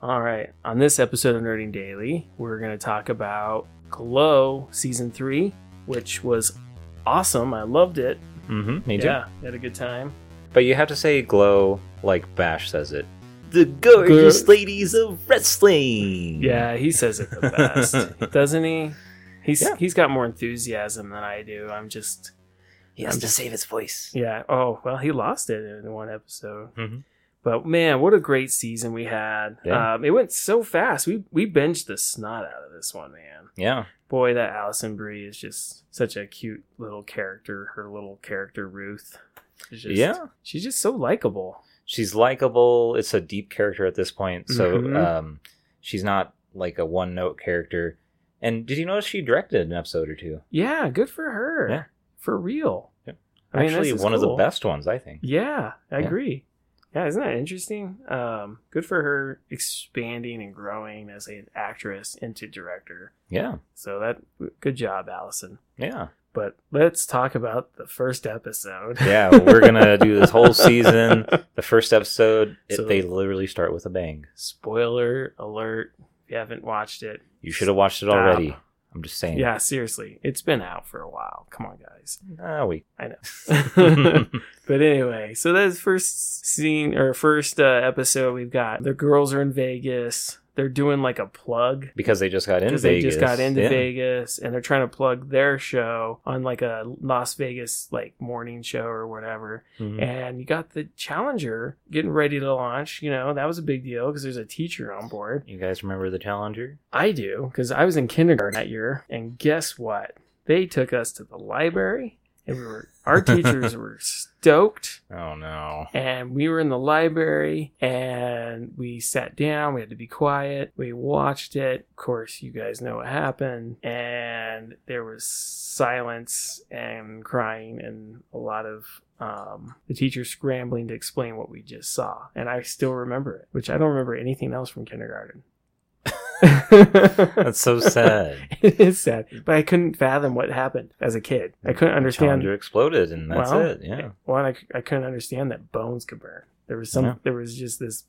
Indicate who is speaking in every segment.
Speaker 1: All right. On this episode of Nerding Daily, we're going to talk about Glow Season 3, which was awesome. I loved it.
Speaker 2: Mm-hmm. Me too.
Speaker 1: yeah, had a good time.
Speaker 2: But you have to say glow like Bash says it.
Speaker 3: The gorgeous
Speaker 1: Gor-
Speaker 3: ladies of wrestling.
Speaker 1: Yeah, he says it the best, doesn't he? He's
Speaker 2: Yeah.
Speaker 1: he's got more enthusiasm than I do. I'm just
Speaker 3: He has to save his voice.
Speaker 1: yeah. Oh well, he lost it in one episode.
Speaker 2: Mhm.
Speaker 1: But man, what a great season we had!
Speaker 2: Yeah.
Speaker 1: Um, it went so fast. We we binged the snot out of this one, man.
Speaker 2: Yeah.
Speaker 1: Boy, that Allison Brie is just such a cute little character. Her little character Ruth. is just-
Speaker 2: Yeah.
Speaker 1: she's just so likable.
Speaker 2: She's likable. It's a deep character at this point, so
Speaker 1: Mhm.
Speaker 2: um, she's not like a one note character. And did you notice she directed an episode or two?
Speaker 1: Yeah, good for her.
Speaker 2: Yeah.
Speaker 1: for real.
Speaker 2: Yeah.
Speaker 1: I mean, this
Speaker 2: Actually,
Speaker 1: is
Speaker 2: one of the
Speaker 1: cool.
Speaker 2: best ones, I think.
Speaker 1: Yeah, I
Speaker 2: Yeah.
Speaker 1: agree. Yeah, isn't that interesting? Um, good for her expanding and growing as an actress into director.
Speaker 2: Yeah.
Speaker 1: So that good job, Allison.
Speaker 2: Yeah.
Speaker 1: But let's talk about the first episode.
Speaker 2: Yeah. We're gonna do this whole season. The first episode, it,
Speaker 1: So-
Speaker 2: they literally start with a bang.
Speaker 1: Spoiler alert! If you haven't watched it,
Speaker 2: You should have watched it already. I'm just saying.
Speaker 1: yeah, seriously, it's been out for a while. Come on, guys.
Speaker 2: Ah, we.
Speaker 1: I know. But anyway, so that's first scene or first uh, episode. We've got the girls are in Vegas. They're doing like a plug
Speaker 2: because they just got in
Speaker 1: because
Speaker 2: Vegas.
Speaker 1: they just got into
Speaker 2: Yeah.
Speaker 1: Vegas and they're trying to plug their show on like a Las Vegas like morning show or whatever.
Speaker 2: Mhm.
Speaker 1: And you got the Challenger getting ready to launch. You know that was a big deal because there's a teacher on board.
Speaker 2: You guys remember the Challenger?
Speaker 1: I do because I was in kindergarten that year, and guess what? They took us to the library, and we were our teachers were stoked
Speaker 2: Oh no.
Speaker 1: and we were in the library and we sat down we had to be quiet we watched it of course you guys know what happened and there was silence and crying and a lot of um, the teacher scrambling to explain what we just saw and i still remember it which i don't remember anything else from kindergarten
Speaker 2: That's so sad.
Speaker 1: it is sad but i couldn't fathom what happened as a kid i couldn't understand
Speaker 2: Challenger exploded and that's
Speaker 1: Well,
Speaker 2: it. Yeah.
Speaker 1: Well, and I, I couldn't understand that bones could burn. There was some.
Speaker 2: Yeah.
Speaker 1: There was just this.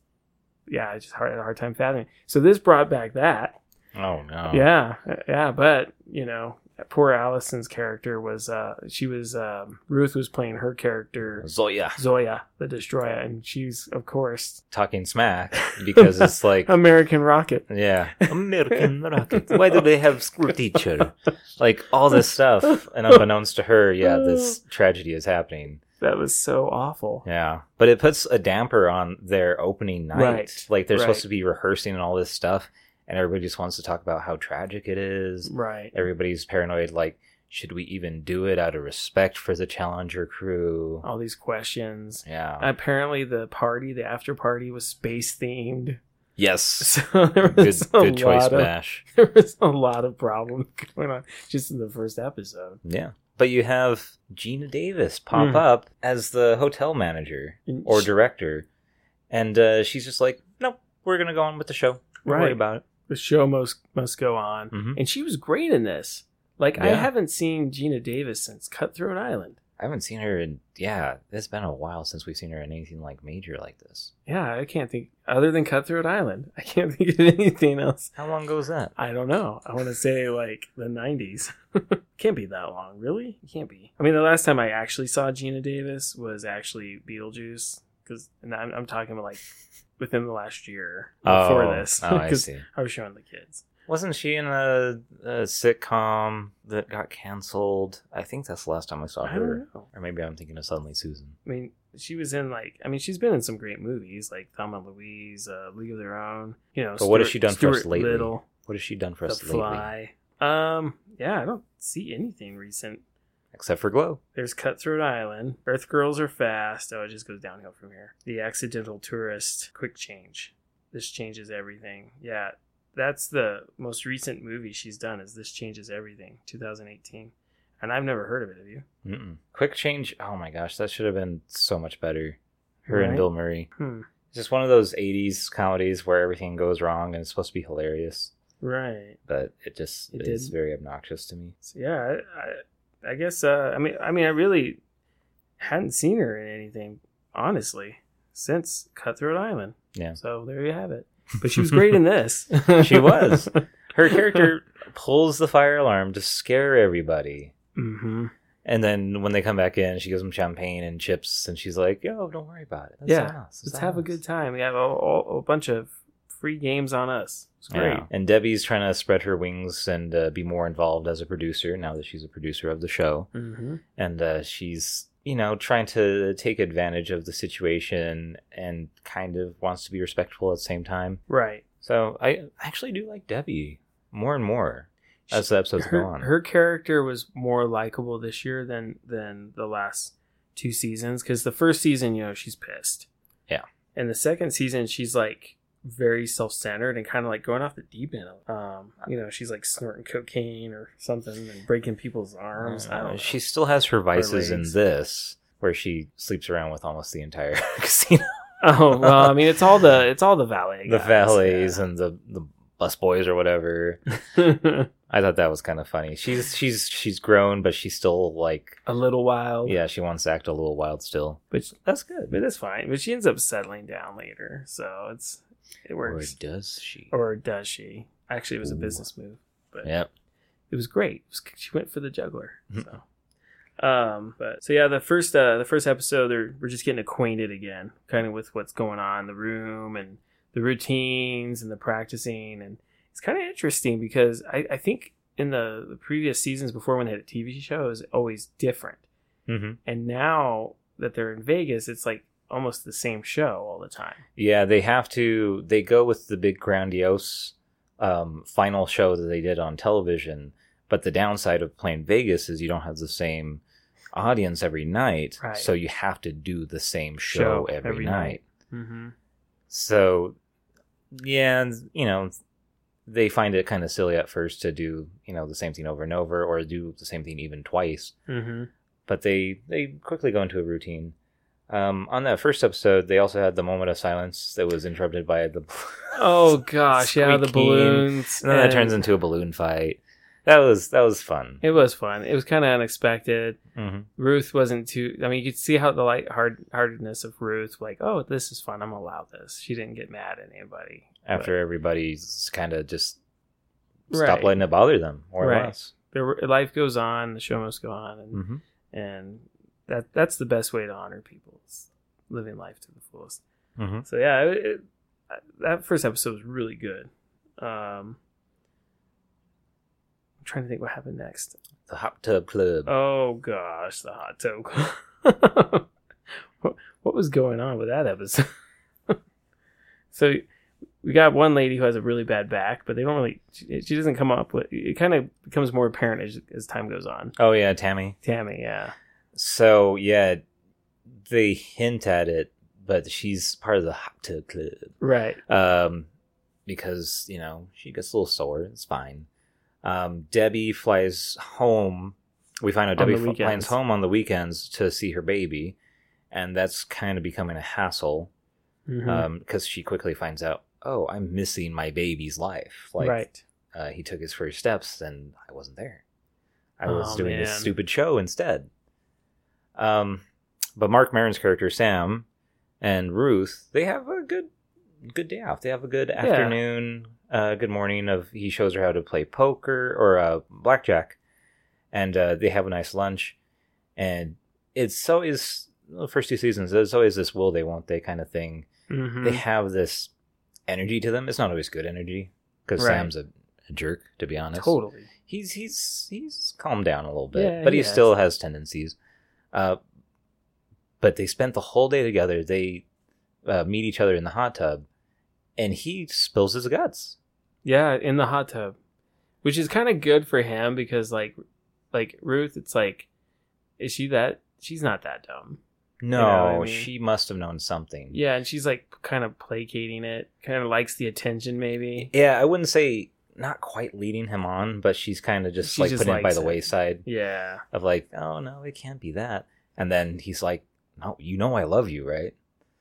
Speaker 1: Yeah, I just hard, had a hard time fathoming. So this brought back that.
Speaker 2: Oh no.
Speaker 1: Yeah, uh, yeah, but you know, poor Allison's character was. Uh, she was. Um, Ruth was playing her character
Speaker 2: Zoya
Speaker 1: Zoya the Destroyer, and she's of course
Speaker 2: talking smack because it's like
Speaker 1: American Rocket.
Speaker 2: yeah, American rocket. Why do they have school teacher? Like all this stuff, and unbeknownst to her, yeah, this tragedy is happening.
Speaker 1: That was so awful.
Speaker 2: Yeah, but it puts a damper on their opening night.
Speaker 1: Right,
Speaker 2: Like they're
Speaker 1: right.
Speaker 2: supposed to be rehearsing and all this stuff, and everybody just wants to talk about how tragic it is,
Speaker 1: Right.
Speaker 2: everybody's paranoid like should we even do it out of respect for the challenger crew
Speaker 1: All these questions.
Speaker 2: yeah
Speaker 1: Apparently, the party, the after party, was space themed.
Speaker 2: yes
Speaker 1: So there
Speaker 2: good,
Speaker 1: was a
Speaker 2: good choice
Speaker 1: lot of-
Speaker 2: bash
Speaker 1: there was a lot of problems going on just in the first episode.
Speaker 2: yeah but you have gina davis pop
Speaker 1: Mm.
Speaker 2: up as the hotel manager
Speaker 1: And
Speaker 2: or
Speaker 1: sh-
Speaker 2: director and uh, she's just like nope we're gonna go on with the show Don't worry
Speaker 1: Right.
Speaker 2: about it
Speaker 1: the show must must go on,
Speaker 2: Mhm.
Speaker 1: and she was great in this. Like I
Speaker 2: Yeah.
Speaker 1: haven't seen Gina Davis since Cutthroat Island.
Speaker 2: i haven't seen her in yeah it's been a while since we've seen her in anything like major like this
Speaker 1: Yeah, I can't think other than Cutthroat Island. I can't think of anything else.
Speaker 2: how long ago was that
Speaker 1: I don't know. I want to say like the '90s. can't be that long, really. It can't be. I mean, the last time I actually saw Gina Davis was actually Beetlejuice, because and I'm, I'm talking about like within the last year before
Speaker 2: oh,
Speaker 1: this,
Speaker 2: oh i
Speaker 1: 'cause
Speaker 2: see
Speaker 1: I was showing the kids.
Speaker 2: Wasn't she in a, a sitcom that got canceled? I think that's the last time I saw
Speaker 1: I don't
Speaker 2: her.
Speaker 1: know.
Speaker 2: Or maybe I'm thinking of Suddenly Susan.
Speaker 1: I mean, she was in like I mean, she's been in some great movies like Thelma and Louise, uh, League of Their Own. You know,
Speaker 2: But what has she done for us lately?
Speaker 1: Little,
Speaker 2: What has she done for
Speaker 1: The
Speaker 2: us lately?
Speaker 1: Fly. Um, yeah, I don't see anything recent.
Speaker 2: Except for Glow.
Speaker 1: There's Cutthroat Island, Earth Girls Are Fast. Oh, it just goes downhill from here. The Accidental Tourist, Quick Change. This changes everything. Yeah, that's the most recent movie she's done. Is This Changes Everything, 2018, and I've never heard of it. Have you?
Speaker 2: Mm-mm. Quick Change. Oh my gosh, that should have been so much better. Her
Speaker 1: Right?
Speaker 2: and Bill Murray.
Speaker 1: Hmm.
Speaker 2: It's just one of those 80s comedies where everything goes wrong and it's supposed to be hilarious,
Speaker 1: Right.
Speaker 2: but it just
Speaker 1: It
Speaker 2: is
Speaker 1: did.
Speaker 2: very obnoxious to me.
Speaker 1: So yeah, I, I, I guess. Uh, I mean, I mean, I really hadn't seen her in anything, honestly, since Cutthroat Island.
Speaker 2: Yeah.
Speaker 1: So there you have it. but she was great in this.
Speaker 2: She was. Her character pulls the fire alarm to scare everybody.
Speaker 1: hmm
Speaker 2: And then when they come back in, she gives them champagne and chips, and she's like, "Yo, don't worry about it. That's
Speaker 1: Yeah,
Speaker 2: us. That's
Speaker 1: Let's have a
Speaker 2: us."
Speaker 1: good time. We have a, a, a bunch of free games on us. It's great.
Speaker 2: Yeah. And Debbie's trying to spread her wings and uh, be more involved as a producer now that she's a producer of the show.
Speaker 1: Mm-hmm.
Speaker 2: and uh, she's you know trying to take advantage of the situation and kind of wants to be respectful at the same time
Speaker 1: Right.
Speaker 2: so i actually do like debbie more and more as the episodes
Speaker 1: her,
Speaker 2: go on
Speaker 1: her character was more likable this year than than the last two seasons because the first season, you know, she's pissed.
Speaker 2: Yeah.
Speaker 1: And the second season, she's like very self-centered and kind of like going off the deep end. Um, you know, she's like snorting cocaine or something and breaking people's arms. I don't
Speaker 2: Uh,
Speaker 1: know.
Speaker 2: she still has her vices in
Speaker 1: legs.
Speaker 2: this where she sleeps around with almost the entire casino
Speaker 1: oh well, I mean, it's all the it's all the valet,
Speaker 2: the
Speaker 1: guys,
Speaker 2: valets and the the bus boys or whatever
Speaker 1: yeah.
Speaker 2: i thought that was kind of funny she's she's she's grown but she's still like
Speaker 1: a little wild.
Speaker 2: yeah she wants to act a little wild still
Speaker 1: but
Speaker 2: that's good
Speaker 1: but it's fine. But she ends up settling down later, so it's it
Speaker 2: or
Speaker 1: works.
Speaker 2: does she
Speaker 1: Or does she? Actually, it was a
Speaker 2: Ooh.
Speaker 1: business move, but
Speaker 2: yep
Speaker 1: it was great. It was- she went for the juggler. So, um, but so yeah, the first uh, the first episode, they're, we're just getting acquainted again, kind of with what's going on in the room and the routines and the practicing, and it's kind of interesting because I, I think in the, the previous seasons before when they had a TV show, it was always different,
Speaker 2: Mm-hmm.
Speaker 1: and now that they're in Vegas, it's like almost the same show all the time.
Speaker 2: Yeah, they have to. They go with the big grandiose um, final show that they did on television. But the downside of playing Vegas is you don't have the same audience every night,
Speaker 1: Right.
Speaker 2: so you have to do the same
Speaker 1: Show
Speaker 2: show, every,
Speaker 1: every
Speaker 2: night.
Speaker 1: night. Mm-hmm.
Speaker 2: So, yeah, and, you know, they find it kind of silly at first to do you know the same thing over and over, or do the same thing even twice.
Speaker 1: Mm-hmm.
Speaker 2: but they they quickly go into a routine. Um, on that first episode, they also had the moment of silence that was interrupted by the.
Speaker 1: Oh gosh, yeah, the
Speaker 2: Squeaking.
Speaker 1: balloons.
Speaker 2: and then that
Speaker 1: and-
Speaker 2: turns into a balloon fight. That was that was fun.
Speaker 1: It was fun. It was kind of unexpected.
Speaker 2: hmm
Speaker 1: Ruth wasn't too. I mean, you could see how the light hard heartedness of Ruth, like, oh, this is fun. I'm gonna allow this. She didn't get mad at anybody.
Speaker 2: After everybody's kind of just
Speaker 1: But-
Speaker 2: stop
Speaker 1: right.
Speaker 2: letting it bother them, more
Speaker 1: Right.
Speaker 2: or less.
Speaker 1: there were, life goes on. The show must go on, and
Speaker 2: Mm-hmm.
Speaker 1: and that that's the best way to honor people. is living life to the fullest.
Speaker 2: Mm-hmm.
Speaker 1: So yeah, it, it, that first episode was really good. Um, I'm trying to think what happened next.
Speaker 2: The hot tub club.
Speaker 1: Oh gosh, the hot tub. what, what was going on with that episode? so we got one lady who has a really bad back, but they don't really. She, she doesn't come up with. It kind of becomes more apparent as, as time goes on.
Speaker 2: oh yeah, Tammy.
Speaker 1: Tammy, yeah,
Speaker 2: So yeah, they hint at it, but she's part of the hot tub club.
Speaker 1: right.
Speaker 2: um, because you know she gets a little sore. It's fine. Um, Debbie flies home. We find out
Speaker 1: On
Speaker 2: Debbie
Speaker 1: the
Speaker 2: fl- flies
Speaker 1: weekends.
Speaker 2: home on the weekends to see her baby, and that's kind of becoming a hassle
Speaker 1: Mhm.
Speaker 2: because she quickly finds out, oh, I'm missing my baby's life. Like
Speaker 1: right.
Speaker 2: uh, he took his first steps, and I wasn't there. I was
Speaker 1: Oh,
Speaker 2: doing this
Speaker 1: man.
Speaker 2: stupid show instead. Um, but Mark Maron's character Sam and Ruth, they have a good good day off. They have a good afternoon, uh, good morning. Of he shows her how to play poker or uh, blackjack, and uh, they have a nice lunch. And it's always the first two seasons. There's always this will they won't they kind of thing
Speaker 1: Mhm.
Speaker 2: they have this energy to them. It's not always good energy because
Speaker 1: Right.
Speaker 2: Sam's a, a jerk, to be honest.
Speaker 1: Totally.
Speaker 2: He's he's he's calmed down a little bit,
Speaker 1: Yeah,
Speaker 2: but he
Speaker 1: he has.
Speaker 2: still has tendencies. Uh, but they spent the whole day together. They uh, meet each other in the hot tub, and he spills his guts.
Speaker 1: Yeah, in the hot tub, which is kind of good for him because like, like Ruth, it's like, is she that? She's not that dumb.
Speaker 2: No,
Speaker 1: what I mean?
Speaker 2: she must have known something.
Speaker 1: Yeah, and she's like kind of placating it, kind of likes the attention, maybe.
Speaker 2: yeah. I wouldn't say not quite leading him on, but she's kind of just
Speaker 1: She
Speaker 2: like
Speaker 1: just
Speaker 2: putting it by
Speaker 1: likes
Speaker 2: the
Speaker 1: it.
Speaker 2: wayside.
Speaker 1: Yeah,
Speaker 2: of like, oh no, it can't be that. And then he's like, no, you know I love you, right?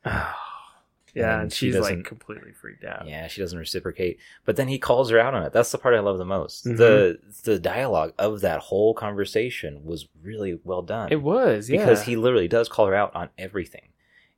Speaker 1: yeah,
Speaker 2: And
Speaker 1: and,
Speaker 2: she
Speaker 1: she's
Speaker 2: doesn't-
Speaker 1: like completely freaked out.
Speaker 2: Yeah, she doesn't reciprocate. But then he calls her out on it. That's the part I love the most.
Speaker 1: Mhm.
Speaker 2: The the dialogue of that whole conversation was really well done.
Speaker 1: It was yeah.
Speaker 2: because he literally does call her out on everything.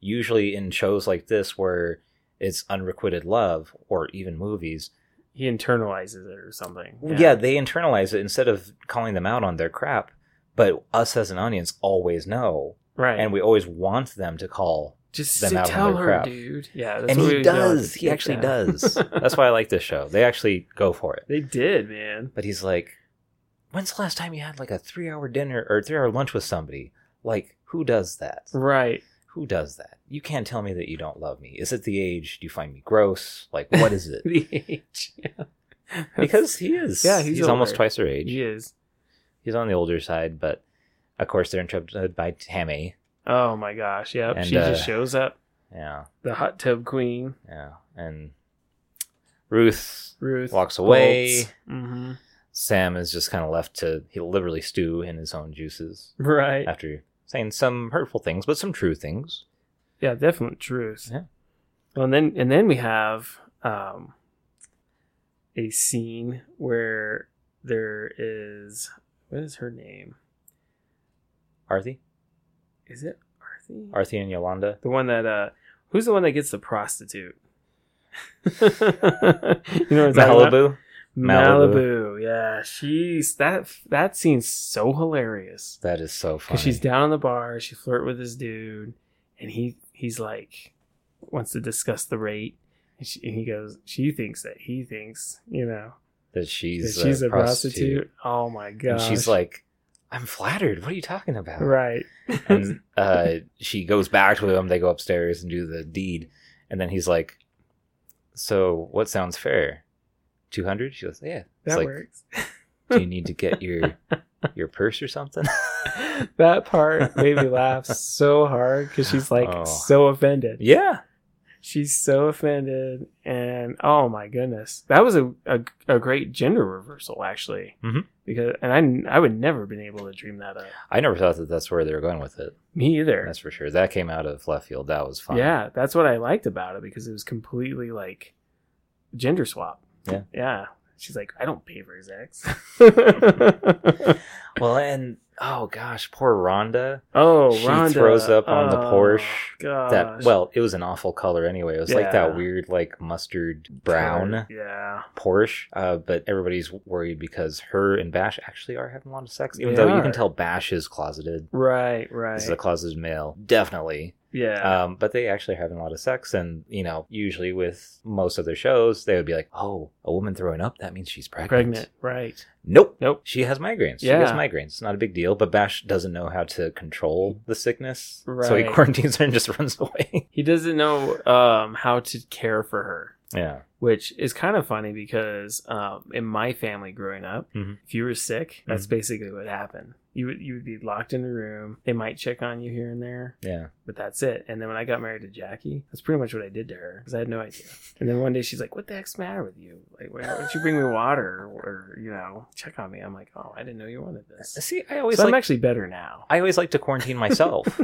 Speaker 2: Usually in shows like this where it's unrequited love or even movies.
Speaker 1: He internalizes it or something.
Speaker 2: Yeah. they internalize it instead of calling them out on their crap. But us as an audience always know,
Speaker 1: right.
Speaker 2: and we always want them to call.
Speaker 1: just
Speaker 2: them
Speaker 1: to
Speaker 2: out on
Speaker 1: tell
Speaker 2: their
Speaker 1: her,
Speaker 2: crap.
Speaker 1: dude. Yeah,
Speaker 2: And
Speaker 1: what
Speaker 2: he
Speaker 1: we know.
Speaker 2: does. He actually
Speaker 1: Yeah.
Speaker 2: does. That's why I like this show. They actually go for it.
Speaker 1: They did, man.
Speaker 2: But he's like, "When's the last time you had like a three-hour dinner or three-hour lunch with somebody? Like, who does that?
Speaker 1: Right.
Speaker 2: Who does that? You can't tell me that you don't love me. Is it the age? Do you find me gross? Like, what is it?
Speaker 1: The age. Yeah.
Speaker 2: because he is.
Speaker 1: Yeah, he's
Speaker 2: almost
Speaker 1: older.
Speaker 2: twice her age.
Speaker 1: he is.
Speaker 2: He's on the older side, but of course they're interrupted by Tammy.
Speaker 1: Oh my gosh. Yep.
Speaker 2: And,
Speaker 1: she just
Speaker 2: uh,
Speaker 1: shows up.
Speaker 2: Yeah,
Speaker 1: The hot tub queen,
Speaker 2: yeah, and Ruth
Speaker 1: Ruth.
Speaker 2: walks away.
Speaker 1: hmm
Speaker 2: Sam is just kind of left to he literally stew in his own juices
Speaker 1: Right.
Speaker 2: after saying some hurtful things, but some true things.
Speaker 1: Yeah, definite truth.
Speaker 2: Yeah.
Speaker 1: Well, and then and then we have um, a scene where there is what is her name?
Speaker 2: Arthi,
Speaker 1: Is it Arthi?
Speaker 2: Arthi, and Yolanda.
Speaker 1: the one that uh, who's the one that gets the prostitute? you know what I'm talking about?
Speaker 2: Malibu.
Speaker 1: Malibu.
Speaker 2: Malibu.
Speaker 1: Yeah, she's that that scene's so hilarious.
Speaker 2: That is so funny.
Speaker 1: because she's down on the bar. She flirt with this dude, and he he's like wants to discuss the rate, and, she, and he goes. She thinks that he thinks, you know,
Speaker 2: that she's
Speaker 1: that she's a prostitute. Oh my
Speaker 2: And
Speaker 1: god!
Speaker 2: she's like, I'm flattered. What are you talking about?
Speaker 1: right,
Speaker 2: And uh, she goes back to him. They go upstairs and do the deed. And then he's like, So what sounds fair? 200? She goes, Yeah. It's
Speaker 1: that
Speaker 2: like,
Speaker 1: works.
Speaker 2: Do you need to get your your purse or something?
Speaker 1: that part made me laugh so hard because she's like
Speaker 2: Oh.
Speaker 1: so offended.
Speaker 2: yeah.
Speaker 1: She's so offended, and oh my goodness, that was a a, a great gender reversal actually.
Speaker 2: Mhm.
Speaker 1: Because and I I would never have been able to dream that up.
Speaker 2: I never thought that that's where they were going with it.
Speaker 1: Me either.
Speaker 2: That's for sure. That came out of left field. That was fun.
Speaker 1: Yeah, that's what I liked about it because it was completely like gender swap.
Speaker 2: Yeah.
Speaker 1: Yeah. She's like, I don't pay for his ex.
Speaker 2: Well, and oh gosh, poor Rhonda.
Speaker 1: oh,
Speaker 2: She
Speaker 1: Rhonda Oh,
Speaker 2: throws up on the Porsche
Speaker 1: Gosh.
Speaker 2: That well, it was an awful color anyway. It was like
Speaker 1: Uh, Yeah.
Speaker 2: that weird, like mustard brown.
Speaker 1: Yeah.
Speaker 2: Porsche, uh, but everybody's worried because her and Bash actually are having a lot of sex. Even though you
Speaker 1: are.
Speaker 2: can tell Bash is closeted.
Speaker 1: Right. Right.
Speaker 2: This is a closeted male, definitely.
Speaker 1: yeah.
Speaker 2: Um, but they actually are having a lot of sex, and you know, usually with most other shows, they would be like, "Oh, a woman throwing up, that means she's pregnant."
Speaker 1: Pregnant. Right.
Speaker 2: Nope.
Speaker 1: Nope.
Speaker 2: She has migraines. She
Speaker 1: Yeah.
Speaker 2: has migraines. It's not a big deal. But Bash doesn't know how to control the sickness, so he
Speaker 1: Right.
Speaker 2: quarantines her and just runs away.
Speaker 1: He doesn't know um, how to care for her.
Speaker 2: yeah.
Speaker 1: Which is kind of funny because um, in my family growing up,
Speaker 2: Mhm.
Speaker 1: if you were sick, that's
Speaker 2: Mm-hmm.
Speaker 1: basically what happened. You would you would be locked in a room. They might check on you here and there,
Speaker 2: Yeah.
Speaker 1: but that's it. And then when I got married to Jackie, that's pretty much what I did to her because I had no idea. And then one day she's like, "What the heck's the matter with you? Like, why don't you bring me water or, or, you know check on me?" I'm like, "Oh, I didn't know you wanted this."
Speaker 2: See, I always
Speaker 1: So I'm
Speaker 2: like
Speaker 1: actually better now.
Speaker 2: I always like to quarantine myself.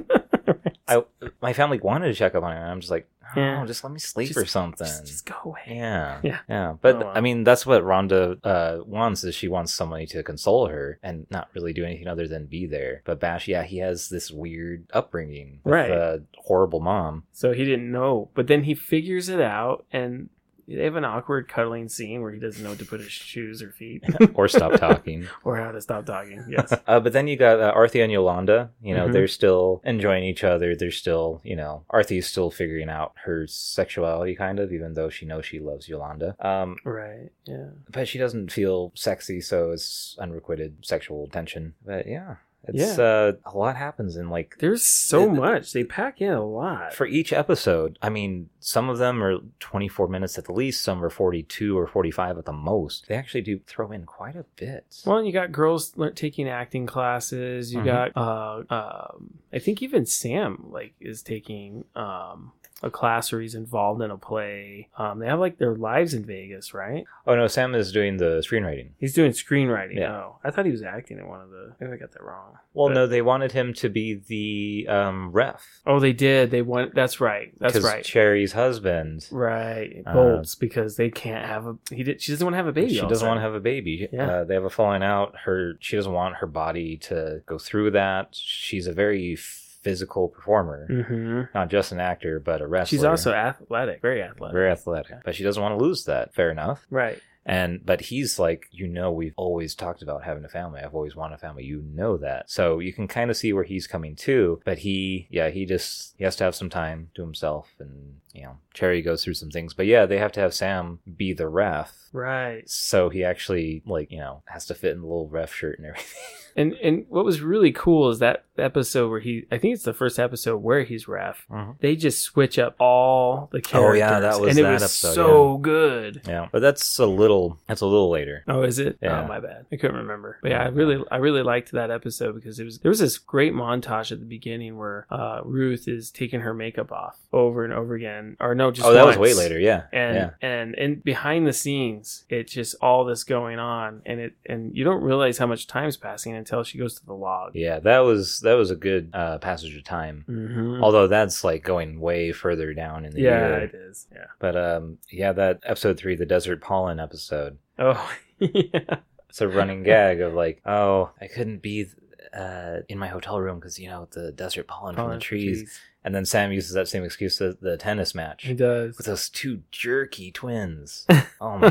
Speaker 2: I my family wanted to check up on her, and I'm just like, oh,
Speaker 1: Yeah.
Speaker 2: just let me sleep
Speaker 1: Just-
Speaker 2: or something.
Speaker 1: Just, just go away.
Speaker 2: yeah.
Speaker 1: Yeah.
Speaker 2: But
Speaker 1: Oh, wow.
Speaker 2: I mean, that's what Rhonda uh, wants is she wants somebody to console her and not really do anything other than be there. But Bash, yeah, he has this weird upbringing with
Speaker 1: Right.
Speaker 2: a horrible mom.
Speaker 1: So he didn't know. But then he figures it out and they have an awkward cuddling scene where he doesn't know what to put his shoes or feet
Speaker 2: Or stop talking.
Speaker 1: or how to stop talking. Yes.
Speaker 2: uh, but then you got uh, Arthie and Yolanda. You know,
Speaker 1: Mhm.
Speaker 2: they're still enjoying each other. They're still, you know, Arthie's still figuring out her sexuality, kind of, even though she knows she loves Yolanda. Um,
Speaker 1: right. Yeah.
Speaker 2: but she doesn't feel sexy, so it's unrequited sexual tension. But yeah, it's
Speaker 1: Yeah.
Speaker 2: Uh, a lot happens in like
Speaker 1: There's so
Speaker 2: It-
Speaker 1: much. They pack in a lot.
Speaker 2: for each episode. I mean, some of them are 24 minutes at the least, some are 42 or 45 at the most. They actually do throw in quite a bit.
Speaker 1: well, you got girls lear- taking acting classes. You
Speaker 2: Mhm.
Speaker 1: got, uh, um, I think even Sam like is taking um, a class where he's involved in a play. Um, they have like their lives in Vegas, right?
Speaker 2: Oh no, Sam is doing the screenwriting.
Speaker 1: He's doing screenwriting.
Speaker 2: Yeah.
Speaker 1: Oh, I thought he was acting in one of the. Maybe I got that wrong.
Speaker 2: Well,
Speaker 1: But-
Speaker 2: no, they wanted him to be the um, ref.
Speaker 1: Oh, they did. They won. That's right. That's
Speaker 2: 'Cause
Speaker 1: right.
Speaker 2: Cherry's husband.
Speaker 1: right. It
Speaker 2: Uh,
Speaker 1: bolts because they can't have a. He did. She doesn't want to have a baby.
Speaker 2: She
Speaker 1: all
Speaker 2: doesn't
Speaker 1: of a
Speaker 2: want to have a baby.
Speaker 1: Yeah.
Speaker 2: Uh, they have a falling out. Her she doesn't want her body to go through that. She's a very physical performer,
Speaker 1: hmm
Speaker 2: not just an actor, but a wrestler.
Speaker 1: She's also athletic, very athletic.
Speaker 2: very athletic, but she doesn't want to lose that. Fair enough.
Speaker 1: Right.
Speaker 2: And but he's like, you know, we've always talked about having a family. I've always wanted a family. You know that. So you can kind of see where he's coming to. But he, yeah, he just he has to have some time to himself, and you know, Cherry goes through some things. But yeah, they have to have Sam be the ref.
Speaker 1: Right.
Speaker 2: So he actually like you know has to fit in the little ref shirt and everything.
Speaker 1: And and what was really cool is that episode where he I think it's the first episode where he's ref. They just switch up all the characters.
Speaker 2: Oh, yeah, that was
Speaker 1: and it
Speaker 2: that
Speaker 1: was
Speaker 2: episode,
Speaker 1: so good.
Speaker 2: Yeah, but that's a little that's a little later.
Speaker 1: Oh, is it?
Speaker 2: Yeah.
Speaker 1: Oh, my bad. I couldn't remember. But yeah, I really, I really liked that episode because it was there was this great montage at the beginning where uh, Ruth is taking her makeup off over and over again, or no, just
Speaker 2: oh, that was way
Speaker 1: once.
Speaker 2: later. Yeah,
Speaker 1: and
Speaker 2: yeah.
Speaker 1: and and behind the scenes it's just all this going on and it and you don't realize how much time's passing until she goes to the log
Speaker 2: Yeah, that was that was a good uh, passage of time.
Speaker 1: mm-hmm.
Speaker 2: Although that's like going way further down in the
Speaker 1: yeah
Speaker 2: year.
Speaker 1: it is yeah
Speaker 2: But um, yeah, that episode three, the desert pollen episode.
Speaker 1: oh yeah
Speaker 2: It's a running gag of like, oh, I couldn't be uh, in my hotel room because you know the desert pollen from the trees. And then Sam uses that same excuse to the tennis match
Speaker 1: he does
Speaker 2: with those two jerky twins. Oh my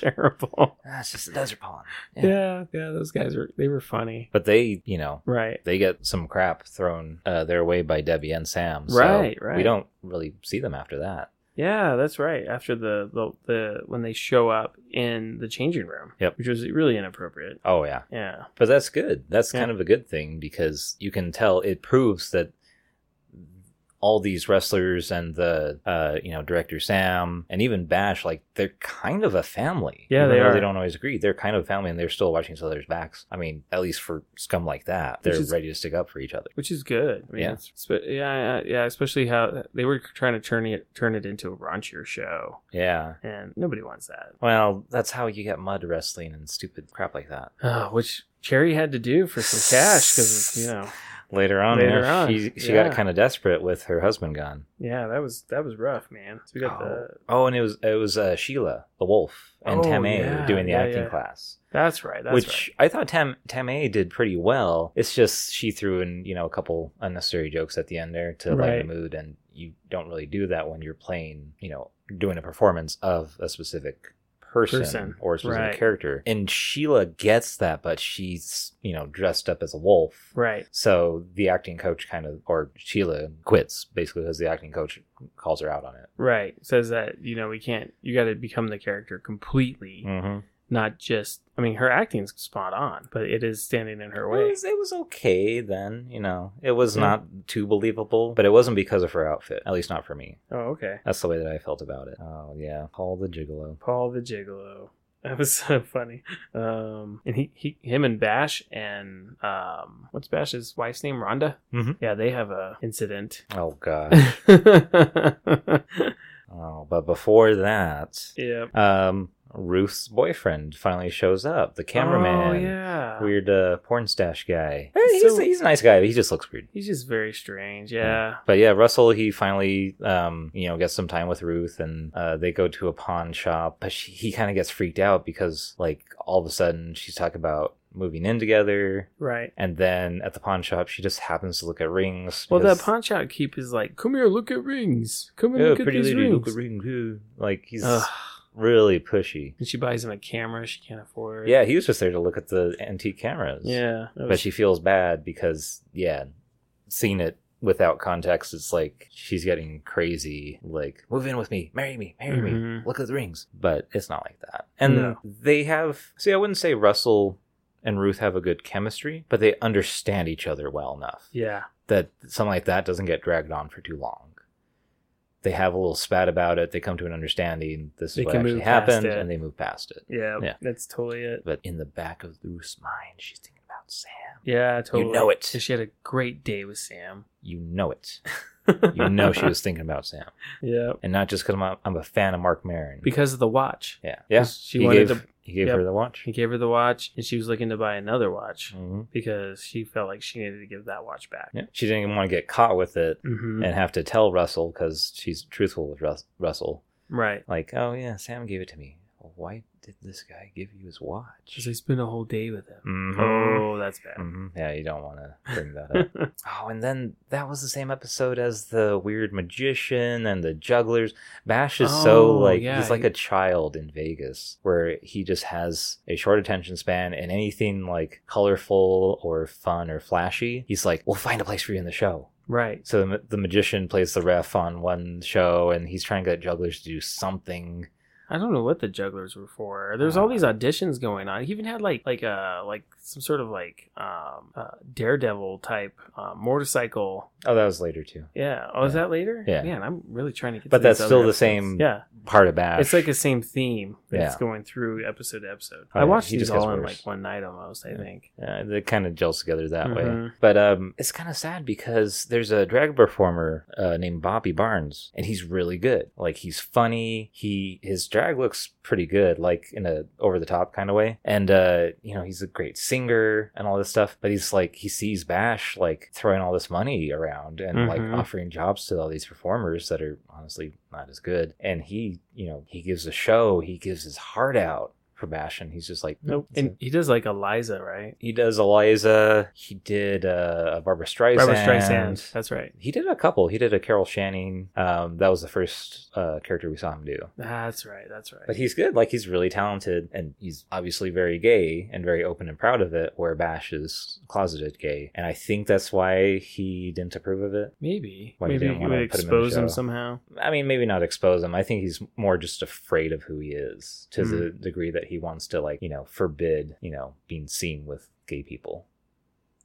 Speaker 1: they were terrible
Speaker 2: that's just the desert pollen.
Speaker 1: yeah.
Speaker 2: Yeah.
Speaker 1: yeah those guys were they were funny
Speaker 2: But they, you know,
Speaker 1: right
Speaker 2: they get some crap thrown uh, their way by Debbie and Sam. So
Speaker 1: Right, right.
Speaker 2: We don't really see them after that.
Speaker 1: yeah that's right after the, the the when they show up in the changing room
Speaker 2: Yep.
Speaker 1: which was really inappropriate
Speaker 2: Oh yeah,
Speaker 1: yeah
Speaker 2: but that's good. That's
Speaker 1: Yeah.
Speaker 2: kind of a good thing because you can tell it proves that all these wrestlers and the uh, you know director Sam and even Bash like they're kind of a family.
Speaker 1: Yeah,
Speaker 2: Even
Speaker 1: they
Speaker 2: though
Speaker 1: are.
Speaker 2: They don't always agree. They're kind of a family and they're still watching each other's backs. I mean, at least for scum like that,
Speaker 1: Which
Speaker 2: they're
Speaker 1: is-
Speaker 2: ready to stick up for each other.
Speaker 1: which is good. I mean,
Speaker 2: Yeah.
Speaker 1: yeah. It's, spe- yeah, yeah, yeah, especially how they were trying to turn it turn it into a raunchier show,
Speaker 2: Yeah.
Speaker 1: and nobody wants that.
Speaker 2: Well, that's how you get mud wrestling and stupid crap like that.
Speaker 1: Uh, which Cherry had to do for some cash because you know,
Speaker 2: Later on,
Speaker 1: Later
Speaker 2: yeah,
Speaker 1: on,
Speaker 2: she she
Speaker 1: yeah.
Speaker 2: got kind of desperate with her husband gone.
Speaker 1: yeah, that was that was rough, man. So we got the
Speaker 2: Oh, and it was it was uh, Sheila the Wolf and
Speaker 1: Oh,
Speaker 2: Tammy
Speaker 1: yeah,
Speaker 2: doing the
Speaker 1: yeah,
Speaker 2: acting
Speaker 1: yeah.
Speaker 2: class,
Speaker 1: that's right. That's
Speaker 2: which I thought Tam Tammy did pretty well. It's just she threw in you know a couple unnecessary jokes at the end there to
Speaker 1: Right.
Speaker 2: lighten the mood, and you don't really do that when you're playing you know doing a performance of a specific. Person,
Speaker 1: Person,
Speaker 2: or a specific
Speaker 1: right.
Speaker 2: character, and Sheila gets that, but she's you know dressed up as a wolf,
Speaker 1: right. Right.
Speaker 2: so the acting coach kind of, or Sheila quits basically because the acting coach calls her out on it.
Speaker 1: Right. Says that you know we can't. You got to become the character completely,
Speaker 2: Mm-hmm.
Speaker 1: not just. I mean, her acting's spot on, but it is standing in her
Speaker 2: It,
Speaker 1: way.
Speaker 2: was, it was okay then, you know. It was
Speaker 1: Yeah.
Speaker 2: not too believable, but it wasn't because of her outfit, at least not for me.
Speaker 1: Oh, okay.
Speaker 2: That's the way that I felt about it. Oh, yeah. Paul the Gigolo.
Speaker 1: Paul the Gigolo. That was so funny. Um, and he, he, him and Bash and um, what's Bash's wife's name? Rhonda.
Speaker 2: Mhm.
Speaker 1: Yeah, they have a incident.
Speaker 2: Oh, God.
Speaker 1: yeah.
Speaker 2: oh, but before that, um, Ruth's boyfriend finally shows up, the cameraman.
Speaker 1: Oh, yeah.
Speaker 2: Weird uh, porn stash guy. Eh,
Speaker 1: He's
Speaker 2: He's,
Speaker 1: so-
Speaker 2: he's a nice guy, but he just looks weird.
Speaker 1: He's just very strange. Yeah.
Speaker 2: Yeah. But yeah, Russell he finally um, you know gets some time with Ruth, and uh, they go to a pawn shop. But she, he kind of gets freaked out because like all of a sudden she's talking about moving in together,
Speaker 1: Right.
Speaker 2: and then at the pawn shop she just happens to look at rings.
Speaker 1: Well,
Speaker 2: because-
Speaker 1: that pawn shop keep is like, come here, look at rings. Come and
Speaker 2: Yeah,
Speaker 1: look at
Speaker 2: pretty
Speaker 1: these
Speaker 2: lady,
Speaker 1: rings.
Speaker 2: look at ring. ooh. Like he's
Speaker 1: Ugh.
Speaker 2: really pushy.
Speaker 1: And she buys him a camera she can't afford.
Speaker 2: Yeah, he was just there to look at the antique cameras.
Speaker 1: Yeah. That
Speaker 2: but
Speaker 1: was-
Speaker 2: she feels bad because yeah seeing it without context it's like she's getting crazy like move in with me marry me marry me
Speaker 1: Mhm.
Speaker 2: look at the rings but it's not like that and
Speaker 1: No.
Speaker 2: they have see i wouldn't say russell and ruth have a good chemistry but they understand each other well enough
Speaker 1: yeah.
Speaker 2: that something like that doesn't get dragged on for too long they have a little spat about it they come to an understanding this is
Speaker 1: They
Speaker 2: what
Speaker 1: can
Speaker 2: actually
Speaker 1: move past
Speaker 2: happened
Speaker 1: it.
Speaker 2: and they move past it
Speaker 1: Yeah.
Speaker 2: Yeah.
Speaker 1: That's totally it.
Speaker 2: but in the back of ruth's mind she's thinking about sam
Speaker 1: Yeah, totally.
Speaker 2: know it.
Speaker 1: 'Cause She had a great day with Sam.
Speaker 2: you know it You know she was thinking about Sam,
Speaker 1: yeah,
Speaker 2: and not just because I'm, a- I'm a fan of Mark Maron.
Speaker 1: because of the watch.
Speaker 2: yeah, yeah,
Speaker 1: She
Speaker 2: he
Speaker 1: wanted
Speaker 2: gave,
Speaker 1: to.
Speaker 2: he gave
Speaker 1: yep.
Speaker 2: her the watch.
Speaker 1: He gave her the watch, and she was looking to buy another watch
Speaker 2: hmm
Speaker 1: because she felt like she needed to give that watch back.
Speaker 2: Yeah. She didn't even want to get caught with it
Speaker 1: hmm
Speaker 2: and have to tell Russell because she's truthful with Rus- Russell.
Speaker 1: Right.
Speaker 2: Like, oh yeah, Sam gave it to me. well, why did this guy give you his
Speaker 1: Because
Speaker 2: watch?
Speaker 1: I spent a whole day with him.
Speaker 2: Mhm.
Speaker 1: Oh, that's bad.
Speaker 2: Mhm. Yeah, you don't want to bring that up. oh, and then that was the same episode as the weird magician and the jugglers. Bash is so
Speaker 1: Oh,
Speaker 2: like
Speaker 1: yeah,
Speaker 2: he's like
Speaker 1: he-
Speaker 2: a child in Vegas, where he just has a short attention span, and anything like colorful or fun or flashy, he's like, "We'll find a place for you in the show."
Speaker 1: right.
Speaker 2: So the, ma- the magician plays the ref on one show, and he's trying to get jugglers to do something.
Speaker 1: I don't know what the jugglers were for. There's
Speaker 2: Uh,
Speaker 1: all these auditions going on. He even had like like uh like some sort of like um uh, daredevil type uh, motorcycle.
Speaker 2: Oh, that was later too.
Speaker 1: Yeah. Oh, is
Speaker 2: Yeah.
Speaker 1: that later?
Speaker 2: Yeah.
Speaker 1: Man, I'm really trying to get.
Speaker 2: But
Speaker 1: to
Speaker 2: that's
Speaker 1: these
Speaker 2: still
Speaker 1: other
Speaker 2: the
Speaker 1: episodes.
Speaker 2: same
Speaker 1: Yeah.
Speaker 2: Part of Bash.
Speaker 1: It's like the same theme that's
Speaker 2: Yeah.
Speaker 1: going through episode to episode.
Speaker 2: Oh,
Speaker 1: I
Speaker 2: yeah,
Speaker 1: watched
Speaker 2: he
Speaker 1: these
Speaker 2: just gets
Speaker 1: all in
Speaker 2: worse.
Speaker 1: like one night almost. I think.
Speaker 2: Uh, that kind of gels together that way.
Speaker 1: Mhm.
Speaker 2: But um, it's kind of sad because there's a drag performer uh, named Bobby Barnes, and he's really good. Like he's funny. He his drag looks pretty good, like in a over the top kind of way. And uh, you know he's a great singer and all this stuff. But he's like he sees Bash like throwing all this money around and like
Speaker 1: Mhm.
Speaker 2: offering jobs to all these performers that are honestly not as good. And he you know he gives a show. He gives his heart out for Bash, and he's just like
Speaker 1: Nope.
Speaker 2: "It's a-
Speaker 1: And he does like Eliza, right?
Speaker 2: he does Eliza. He did uh, Barbara Streisand.
Speaker 1: Barbara Streisand. That's right.
Speaker 2: He did a couple. He did a Carol Channing. Um, that was the first uh, character we saw him do.
Speaker 1: That's right. That's right.
Speaker 2: But he's good. Like he's really talented, and he's obviously very gay and very open and proud of it. Where Bash is closeted gay, and I think that's why he didn't approve of it.
Speaker 1: Maybe.
Speaker 2: Why you
Speaker 1: Maybe
Speaker 2: didn't
Speaker 1: he
Speaker 2: wanna
Speaker 1: would
Speaker 2: put him in the
Speaker 1: expose him
Speaker 2: show.
Speaker 1: somehow.
Speaker 2: I mean, maybe not expose him. I think he's more just afraid of who he is to the
Speaker 1: Mm-hmm.
Speaker 2: degree that he wants to, like, you know, forbid, you know, being seen with gay people.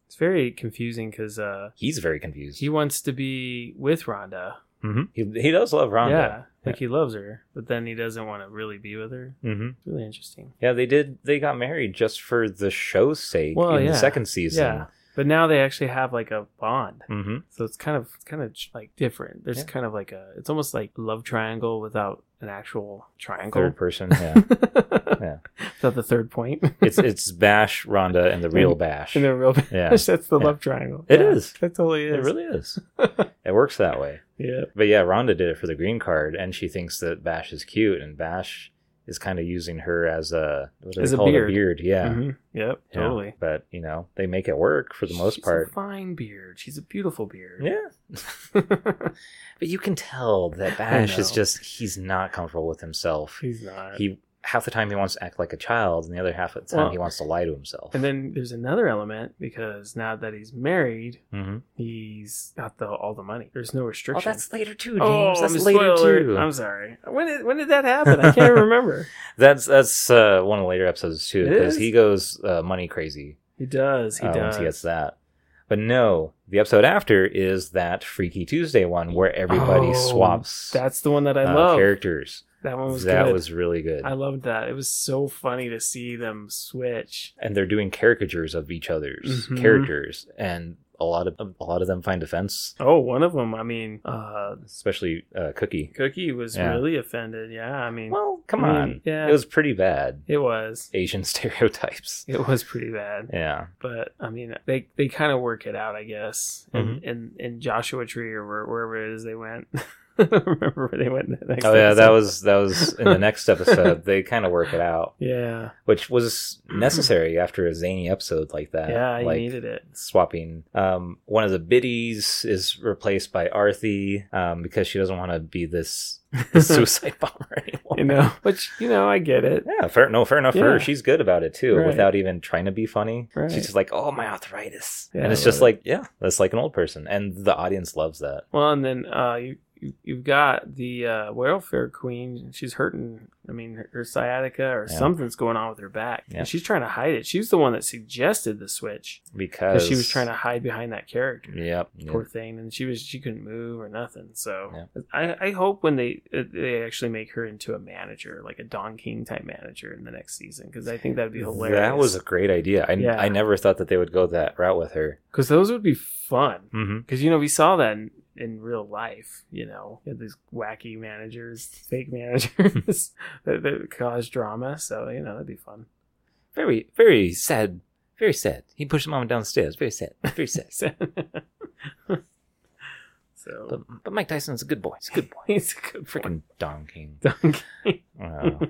Speaker 1: It's very confusing because uh,
Speaker 2: He's very confused.
Speaker 1: he wants to be with Rhonda.
Speaker 2: Mhm. He, he does love Rhonda.
Speaker 1: Yeah. Like he loves her, but then he doesn't want to really be with her.
Speaker 2: hmm
Speaker 1: It's really interesting.
Speaker 2: Yeah, they did. They got married just for the show's sake
Speaker 1: Well,
Speaker 2: in
Speaker 1: yeah.
Speaker 2: the second season.
Speaker 1: Yeah. But now they actually have like a bond.
Speaker 2: hmm
Speaker 1: So it's kind of it's kind of like different. There's
Speaker 2: Yeah.
Speaker 1: kind of like a it's almost like love triangle without an actual triangle.
Speaker 2: Third person. Yeah, Yeah.
Speaker 1: Without the third point.
Speaker 2: it's it's Bash, Rhonda, and the real
Speaker 1: And-
Speaker 2: Bash.
Speaker 1: in the real
Speaker 2: Yeah.
Speaker 1: that's the
Speaker 2: Yeah.
Speaker 1: love triangle.
Speaker 2: It
Speaker 1: It is.
Speaker 2: is.
Speaker 1: That totally
Speaker 2: it
Speaker 1: is.
Speaker 2: really is. it works that way.
Speaker 1: Yeah.
Speaker 2: But yeah, Rhonda did it for the green card, and she thinks that Bash is cute, and Bash is kind of using her as a what do they
Speaker 1: As a
Speaker 2: call it?
Speaker 1: beard.
Speaker 2: Yeah.
Speaker 1: Mhm. Yep.
Speaker 2: Yeah.
Speaker 1: Totally.
Speaker 2: But you know, they make it work for the most
Speaker 1: She's
Speaker 2: part.
Speaker 1: a fine beard. She's a beautiful beard.
Speaker 2: Yeah. but you can tell that
Speaker 1: I
Speaker 2: Bash is
Speaker 1: know.
Speaker 2: just he's not comfortable with himself.
Speaker 1: She's not.
Speaker 2: He half the time he wants to act like a child and the other half of the time
Speaker 1: Well,
Speaker 2: he wants to lie to himself.
Speaker 1: and then there's another element because now that he's married,
Speaker 2: Mhm.
Speaker 1: he's got the all the money. There's no
Speaker 2: Oh,
Speaker 1: restriction.
Speaker 2: that's later too, James.
Speaker 1: Oh,
Speaker 2: that's
Speaker 1: I'm
Speaker 2: later
Speaker 1: spoiler-
Speaker 2: too.
Speaker 1: I'm sorry. When did when did that happen? I can't remember.
Speaker 2: That's that's uh, one of the later episodes too
Speaker 1: It
Speaker 2: because
Speaker 1: is?
Speaker 2: he goes uh, money crazy
Speaker 1: He does. He
Speaker 2: uh,
Speaker 1: does.
Speaker 2: once he gets that. But no, the episode after is that Freaky Tuesday one where everybody
Speaker 1: Oh,
Speaker 2: swaps
Speaker 1: That's the one that I
Speaker 2: uh,
Speaker 1: love.
Speaker 2: characters.
Speaker 1: That one was
Speaker 2: that
Speaker 1: good.
Speaker 2: was really good.
Speaker 1: I loved that. It was so funny to see them switch.
Speaker 2: and they're doing caricatures of each other's
Speaker 1: Mhm.
Speaker 2: characters and a lot of a lot of them find offense
Speaker 1: Oh, one of them. I mean, uh,
Speaker 2: especially uh, cookie
Speaker 1: Cookie was
Speaker 2: Yeah.
Speaker 1: really offended. Yeah, I mean,
Speaker 2: well come
Speaker 1: I mean,
Speaker 2: on
Speaker 1: yeah.
Speaker 2: it was pretty bad
Speaker 1: it was.
Speaker 2: asian stereotypes
Speaker 1: It was pretty bad.
Speaker 2: yeah
Speaker 1: But I mean, they they kind of work it out, I guess. In
Speaker 2: Mm-hmm.
Speaker 1: in, in Joshua Tree or where, wherever it is they went. I don't remember where they went. in The next
Speaker 2: oh yeah that
Speaker 1: episode.
Speaker 2: was that was in the next episode they kind of work it out
Speaker 1: Yeah,
Speaker 2: which was necessary after a zany episode like that
Speaker 1: yeah, you
Speaker 2: like
Speaker 1: needed it.
Speaker 2: swapping um one of the biddies is replaced by arthi um because she doesn't want to be this suicide bomber anymore
Speaker 1: you know, which you know, I get it.
Speaker 2: Yeah, fair. No, fair enough for
Speaker 1: Yeah.
Speaker 2: her. She's good about it too,
Speaker 1: Right.
Speaker 2: without even trying to be funny.
Speaker 1: Right.
Speaker 2: She's just like, "Oh, my arthritis,"
Speaker 1: Yeah,
Speaker 2: and it's
Speaker 1: I
Speaker 2: just
Speaker 1: love
Speaker 2: like, yeah, that's like an old person, and the audience loves that.
Speaker 1: Well, and then uh, you, you you've got the uh, welfare queen. She's hurting. I mean, her, her sciatica or
Speaker 2: Yeah.
Speaker 1: something's going on with her back,
Speaker 2: Yeah.
Speaker 1: and she's trying to hide it. She's the one that suggested the switch
Speaker 2: Because
Speaker 1: because she was trying to hide behind that character.
Speaker 2: Yep. yep.
Speaker 1: Poor thing, and she was she couldn't move or nothing. So
Speaker 2: Yeah.
Speaker 1: I, I hope when they uh, they actually make her into a manager, like a Don King type manager in the next season, because I think that'd be hilarious.
Speaker 2: That was a great idea. I
Speaker 1: Yeah.
Speaker 2: I never thought that they would go that route with her.
Speaker 1: because those would be fun.
Speaker 2: Mm-hmm.
Speaker 1: because you know we saw that in, in real life you know you had these wacky managers fake managers that, that cause drama so you know that'd be fun
Speaker 2: Very very sad. Very sad. He pushed mama downstairs. Very sad. Very sad.
Speaker 1: so
Speaker 2: but but Mike Tyson's a good boy. He's a good boy.
Speaker 1: he's a good freaking
Speaker 2: Freaking Don King.
Speaker 1: donkey
Speaker 2: Wow.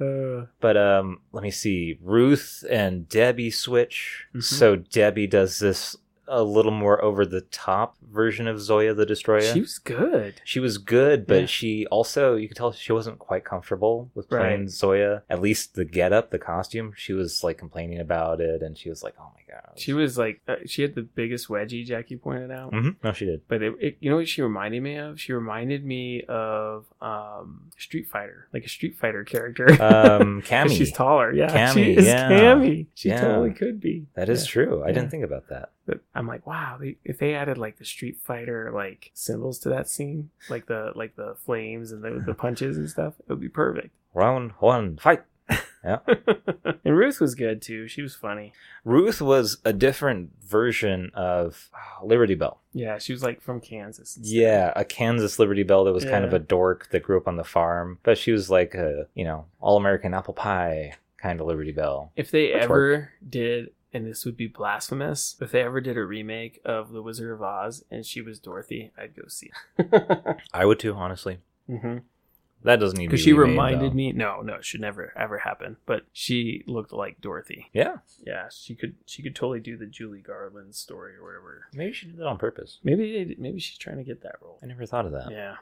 Speaker 1: Uh,
Speaker 2: But um, let me see. Ruth and Debbie switch.
Speaker 1: Mhm.
Speaker 2: So Debbie does this a little more over the top version of Zoya the Destroyer.
Speaker 1: She was good.
Speaker 2: She was good, but
Speaker 1: Yeah.
Speaker 2: she also you could tell she wasn't quite comfortable with playing
Speaker 1: Right.
Speaker 2: Zoya. At least the getup, the costume, she was like complaining about it, and she was like, "Oh my god."
Speaker 1: She was like, uh, she had the biggest wedgie. Jackie pointed out.
Speaker 2: hmm No, she did.
Speaker 1: But it, it, you know what she reminded me of? She reminded me of um, Street Fighter, like a Street Fighter character.
Speaker 2: Um,
Speaker 1: 'Cause
Speaker 2: Cammy.
Speaker 1: She's taller. Yeah, she
Speaker 2: Cammy,
Speaker 1: is
Speaker 2: yeah.
Speaker 1: Cammy. She
Speaker 2: Yeah.
Speaker 1: totally could be.
Speaker 2: that is
Speaker 1: Yeah.
Speaker 2: true. I
Speaker 1: Yeah.
Speaker 2: didn't think about that.
Speaker 1: But I'm like, wow. They, if they added like the Street Fighter like symbols to that scene, like the like the flames and the, the punches and stuff, it would be perfect.
Speaker 2: Round one, fight.
Speaker 1: and Ruth was good too. She was funny.
Speaker 2: Ruth was a different version of ah, Liberty Bell.
Speaker 1: Yeah, she was like from Kansas. and stuff.
Speaker 2: Yeah, a Kansas Liberty Bell that was kind of
Speaker 1: Yeah.
Speaker 2: a dork that grew up on the farm, but she was like a you know all American apple pie kind of Liberty Bell.
Speaker 1: If they
Speaker 2: That's
Speaker 1: ever did, and this would be blasphemous, if they ever did a remake of The Wizard of Oz and she was Dorothy, I'd go see it.
Speaker 2: I would too, honestly.
Speaker 1: Because
Speaker 2: That doesn't need to be
Speaker 1: she
Speaker 2: remade,
Speaker 1: reminded
Speaker 2: though.
Speaker 1: me, no, no, it should never ever happen. But she looked like Dorothy.
Speaker 2: Yeah,
Speaker 1: Yeah, she could, she could totally do the Julie Garland story or whatever.
Speaker 2: maybe she did that on purpose.
Speaker 1: Maybe, they, maybe she's trying to get that role.
Speaker 2: I never thought of that.
Speaker 1: Yeah,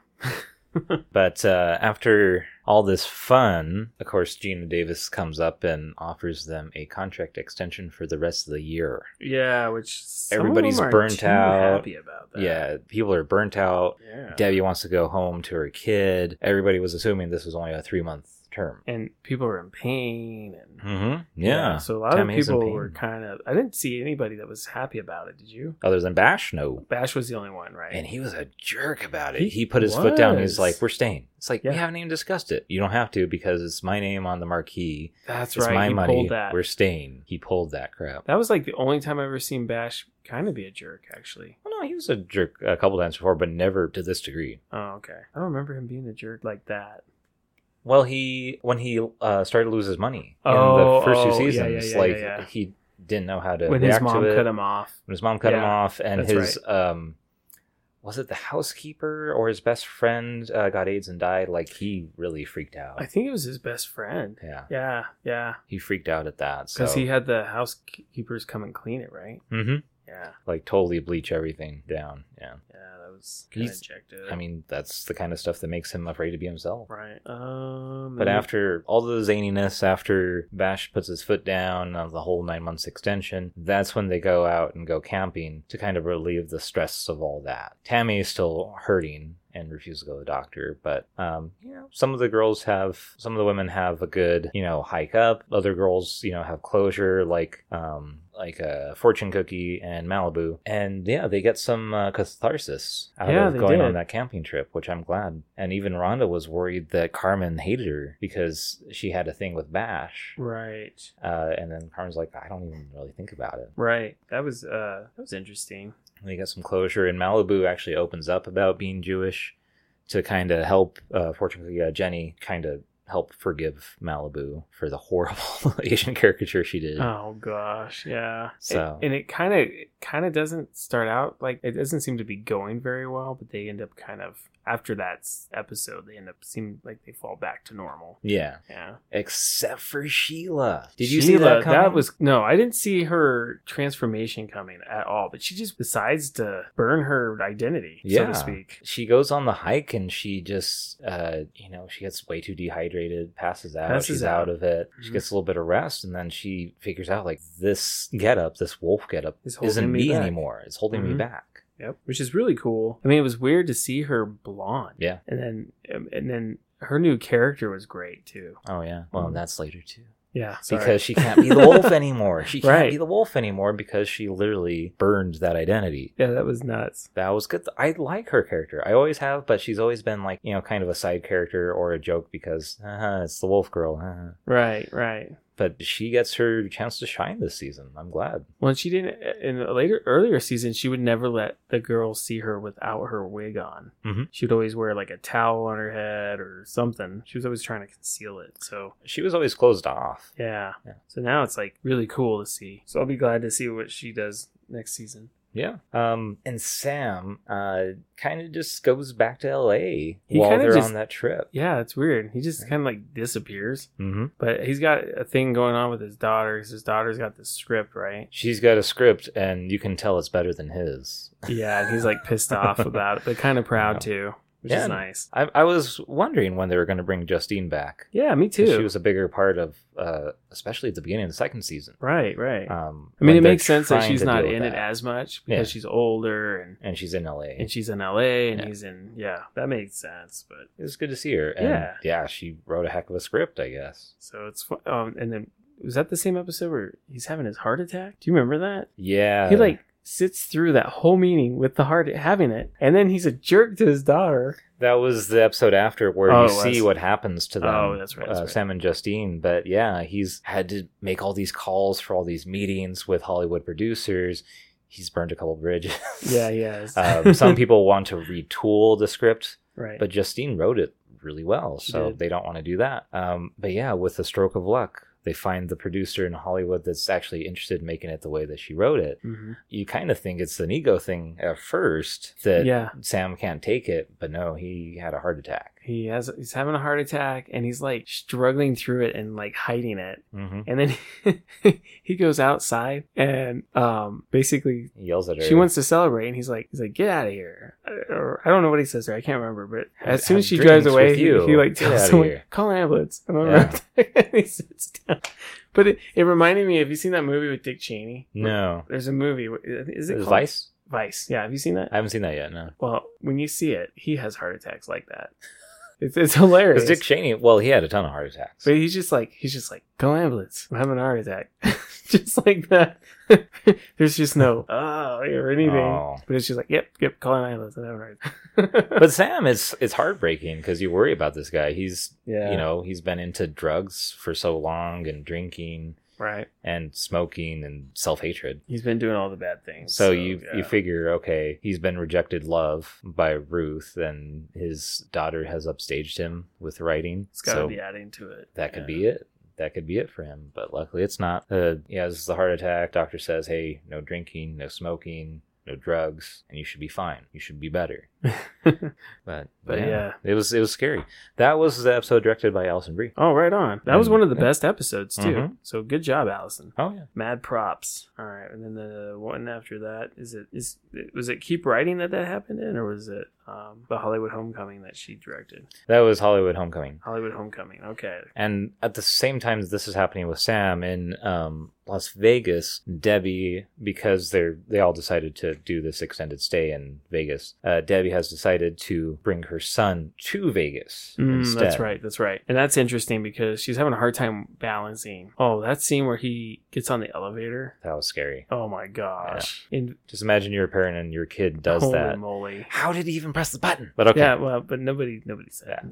Speaker 2: But uh, after all this fun, of course, Gina Davis comes up and offers them a contract extension for the rest of the year.
Speaker 1: yeah. Which some of
Speaker 2: Everybody's
Speaker 1: them aren't
Speaker 2: burnt
Speaker 1: too
Speaker 2: out.
Speaker 1: Happy about that.
Speaker 2: yeah, people are burnt out.
Speaker 1: yeah.
Speaker 2: Debbie wants to go home to her kid. Everybody was assuming this was only a three month term.
Speaker 1: and people are in pain and.
Speaker 2: Mm-hmm. Yeah.
Speaker 1: So a lot
Speaker 2: Tammy's
Speaker 1: of
Speaker 2: in
Speaker 1: people
Speaker 2: pain.
Speaker 1: were kind of. I didn't see anybody that was happy about it. Did you?
Speaker 2: Other than Bash, no.
Speaker 1: Bash was the only one, right?
Speaker 2: And he was a jerk about it.
Speaker 1: He
Speaker 2: He, put his foot down.
Speaker 1: was.
Speaker 2: He's like, "We're staying." It's like
Speaker 1: Yeah.
Speaker 2: we haven't even discussed it. You don't have to because it's my name on the marquee.
Speaker 1: That's
Speaker 2: it's
Speaker 1: right.
Speaker 2: my
Speaker 1: he
Speaker 2: money.
Speaker 1: pulled that.
Speaker 2: We're staying. He pulled that crap.
Speaker 1: That was like the only time I've ever seen Bash kind of be a jerk, actually.
Speaker 2: Well, no, he was a jerk a couple times before, but never to this degree.
Speaker 1: Oh, okay. I don't remember him being a jerk like that.
Speaker 2: Well, he when he uh, started to lose his money in
Speaker 1: Oh,
Speaker 2: the first two
Speaker 1: oh, yeah,
Speaker 2: seasons,
Speaker 1: yeah, yeah,
Speaker 2: like
Speaker 1: yeah, yeah.
Speaker 2: he didn't know how to
Speaker 1: when his
Speaker 2: react
Speaker 1: mom
Speaker 2: to it.
Speaker 1: cut him off.
Speaker 2: when his mom cut him
Speaker 1: Yeah,
Speaker 2: off and
Speaker 1: that's
Speaker 2: his um was it the housekeeper or his best friend uh, got AIDS and died like he really freaked out
Speaker 1: I think it was his best friend.
Speaker 2: yeah
Speaker 1: Yeah, yeah.
Speaker 2: he freaked out at that so
Speaker 1: Because he had the housekeepers come and clean it, right?
Speaker 2: Mhm.
Speaker 1: Yeah,
Speaker 2: like totally bleach everything down yeah
Speaker 1: yeah. That was kind of
Speaker 2: He's-
Speaker 1: injected.
Speaker 2: I mean that's the kind of stuff that makes him afraid to be himself
Speaker 1: right. Um.
Speaker 2: but
Speaker 1: and-
Speaker 2: after all the zaniness, after Bash puts his foot down on the whole nine months extension, that's when they go out and go camping to kind of relieve the stress of all that. Tammy is still hurting and refuses to go to the doctor, but um, you know, some of the girls have, some of the women have a good, you know, hike up. Other girls, you know, have closure, like um, like a fortune cookie and Malibu, and yeah, they get some uh, catharsis out
Speaker 1: Yeah,
Speaker 2: of
Speaker 1: they
Speaker 2: going
Speaker 1: did.
Speaker 2: on that camping trip, which I'm glad. And even Rhonda was worried that Carmen hated her because she had a thing with Bash.
Speaker 1: Right.
Speaker 2: Uh, and then Carmen's like, I don't even really think about it.
Speaker 1: Right. That was uh that was interesting.
Speaker 2: And they got some closure, and Malibu actually opens up about being Jewish to kind of help, uh, fortunately, uh, Jenny kind of help forgive Malibu for the horrible Asian caricature she did.
Speaker 1: Oh gosh, yeah.
Speaker 2: So-
Speaker 1: It- and it kind of kind of doesn't start out like it doesn't seem to be going very well, but they end up kind of after that s- episode, they end up seem like they fall back to normal.
Speaker 2: Yeah,
Speaker 1: Yeah.
Speaker 2: except for Sheila. Did you see
Speaker 1: Sheila,
Speaker 2: that? Coming?
Speaker 1: That was no, I didn't see her transformation coming at all. But she just decides to burn her identity, so
Speaker 2: Yeah.
Speaker 1: to speak.
Speaker 2: she goes on the hike and she just uh you know she gets way too dehydrated passes out
Speaker 1: Passes
Speaker 2: she's
Speaker 1: out.
Speaker 2: out. of it she
Speaker 1: Mhm.
Speaker 2: gets a little bit of rest and then she figures out like this getup this wolf getup
Speaker 1: Is holding
Speaker 2: isn't
Speaker 1: me
Speaker 2: me
Speaker 1: back.
Speaker 2: anymore it's holding
Speaker 1: Mhm.
Speaker 2: me back
Speaker 1: Yep. Which is really cool. I mean, it was weird to see her blonde.
Speaker 2: Yeah.
Speaker 1: And then um, and then her new character was great too.
Speaker 2: oh yeah well
Speaker 1: Mhm.
Speaker 2: that's later too
Speaker 1: Yeah. sorry.
Speaker 2: because she can't be the wolf anymore she can't
Speaker 1: Right.
Speaker 2: be the wolf anymore because she literally burned that identity
Speaker 1: Yeah, that was nuts.
Speaker 2: that was good. I like her character. I always have, but she's always been like, you know, kind of a side character or a joke because uh it's the wolf girl. uh
Speaker 1: Right, right.
Speaker 2: but she gets her chance to shine this season. I'm glad.
Speaker 1: Well, she didn't in a later earlier season. She would never let the girls see her without her wig on.
Speaker 2: Mhm.
Speaker 1: She would always wear like a towel on her head or something. She was always trying to conceal it. So
Speaker 2: She was always closed off.
Speaker 1: yeah.
Speaker 2: Yeah.
Speaker 1: So now it's like really cool to see. So I'll be glad to see what she does next season.
Speaker 2: Yeah. Um, and Sam uh, kind of just goes back to LA
Speaker 1: He
Speaker 2: while
Speaker 1: kinda
Speaker 2: they're
Speaker 1: just-
Speaker 2: on that trip.
Speaker 1: Yeah, it's weird. He just kind of like disappears.
Speaker 2: Mm-hmm.
Speaker 1: But he's got a thing going on with his daughter 'cause his daughter's got this script, right?
Speaker 2: She's got a script, and you can tell it's better than his.
Speaker 1: Yeah, and he's like pissed off about it, but kind of proud too, which
Speaker 2: Yeah.
Speaker 1: is nice.
Speaker 2: I, I was wondering when they were going to bring Justine back.
Speaker 1: Yeah, me
Speaker 2: 'cause
Speaker 1: too.
Speaker 2: She was a bigger part of, uh, especially at the beginning of the second season.
Speaker 1: right, right.
Speaker 2: Um,
Speaker 1: I mean,
Speaker 2: when
Speaker 1: it
Speaker 2: they're
Speaker 1: makes sense that
Speaker 2: trying
Speaker 1: she's
Speaker 2: to
Speaker 1: not
Speaker 2: deal with
Speaker 1: in it
Speaker 2: that.
Speaker 1: as much because
Speaker 2: Yeah.
Speaker 1: she's older and
Speaker 2: And she's in LA.
Speaker 1: and she's in LA and
Speaker 2: Yeah.
Speaker 1: he's in yeah, that makes sense. But
Speaker 2: it was good to see her. And
Speaker 1: Yeah.
Speaker 2: yeah, she wrote a heck of a script, I guess.
Speaker 1: so it's fu- um and then was that the same episode where he's having his heart attack? Do you remember that?
Speaker 2: Yeah.
Speaker 1: he like sits through that whole meeting with the heart having it, and then he's a jerk to his daughter.
Speaker 2: That was the episode after where
Speaker 1: Oh,
Speaker 2: you
Speaker 1: it
Speaker 2: see
Speaker 1: was.
Speaker 2: what happens to them.
Speaker 1: Oh, that's right, that's
Speaker 2: uh,
Speaker 1: right.
Speaker 2: Sam and Justine. But yeah, he's had to make all these calls for all these meetings with Hollywood producers. He's burned a couple bridges.
Speaker 1: Yeah, he is.
Speaker 2: um, some people want to retool the script,
Speaker 1: right.
Speaker 2: but Justine wrote it really well,
Speaker 1: She
Speaker 2: so
Speaker 1: did.
Speaker 2: they don't want to do that. Um, but yeah, with a stroke of luck, they find the producer in Hollywood that's actually interested in making it the way that she wrote it.
Speaker 1: Mhm.
Speaker 2: You kind of think it's an ego thing at first that
Speaker 1: yeah,
Speaker 2: Sam can't take it, but no, he had a heart attack.
Speaker 1: he has. He's having a heart attack, and he's like struggling through it and like hiding it.
Speaker 2: Mm-hmm.
Speaker 1: And then he goes outside, and um, basically
Speaker 2: He yells at her.
Speaker 1: she wants to celebrate, and he's like, he's like, get out of here. Uh, Or I don't know what he says there. I can't remember. But
Speaker 2: Have-
Speaker 1: as soon as
Speaker 2: have
Speaker 1: she drives
Speaker 2: drinks
Speaker 1: away,
Speaker 2: with
Speaker 1: he,
Speaker 2: you.
Speaker 1: he like
Speaker 2: Get
Speaker 1: tells
Speaker 2: outta
Speaker 1: someone,
Speaker 2: here.
Speaker 1: call an ambulance. I don't
Speaker 2: Yeah.
Speaker 1: know. and he sits down. But it, it reminded me. Have you seen that movie with Dick Cheney?
Speaker 2: No,
Speaker 1: There's a movie. where- Is it
Speaker 2: Is it
Speaker 1: called?
Speaker 2: Vice?
Speaker 1: Vice. Yeah. Have you seen that?
Speaker 2: I haven't seen that yet. No,
Speaker 1: well, when you see it, he has heart attacks like that. It's, it's hilarious.
Speaker 2: because Dick Cheney. Well, he had a ton of heart attacks.
Speaker 1: But he's just like he's just like go ambulance. I'm having an heart attack, just like that. There's just no oh or anything.
Speaker 2: Oh.
Speaker 1: But it's just like yep, yep, call an ambulance. I'm having an heart attack.
Speaker 2: But Sam, it's it's heartbreaking because you worry about this guy. He's
Speaker 1: yeah,
Speaker 2: you know he's been into drugs for so long and drinking
Speaker 1: right.
Speaker 2: and smoking and self hatred.
Speaker 1: He's been doing all the bad things.
Speaker 2: So, you
Speaker 1: yeah.
Speaker 2: you figure okay, he's been rejected love by Ruth, and his daughter has upstaged him with writing.
Speaker 1: it's got to
Speaker 2: so
Speaker 1: be adding to it.
Speaker 2: that could be it. That could be it for him. But luckily, it's not. Uh, he has the heart attack. Doctor says, "Hey, no drinking, no smoking, no drugs, and you should be fine. You should be better."
Speaker 1: it.
Speaker 2: But,
Speaker 1: But yeah.
Speaker 2: it was it was scary. That was the episode directed by Alison Brie.
Speaker 1: oh, right on. That was
Speaker 2: And-
Speaker 1: one of the
Speaker 2: yeah.
Speaker 1: best episodes too.
Speaker 2: Mhm.
Speaker 1: So good job, Allison.
Speaker 2: Oh yeah,
Speaker 1: Mad props. All right, and then the one after that is it is was it Keep Writing that that happened in, or was it um, the Hollywood Homecoming that she directed?
Speaker 2: that was Hollywood Homecoming.
Speaker 1: Hollywood Homecoming. Okay.
Speaker 2: And at the same time that this is happening with Sam in um, Las Vegas, Debbie, because they're they all decided to do this extended stay in Vegas, uh, Debbie has decided to bring her son to Vegas
Speaker 1: Mm,
Speaker 2: instead.
Speaker 1: that's right. That's right. And that's interesting because she's having a hard time balancing. Oh, that scene where he gets on the elevator.
Speaker 2: That was scary.
Speaker 1: Oh my gosh. In
Speaker 2: Just imagine you're a parent and your kid does
Speaker 1: holy
Speaker 2: that.
Speaker 1: moly.
Speaker 2: How did he even press the button? But okay.
Speaker 1: Yeah. Well, but nobody, nobody said.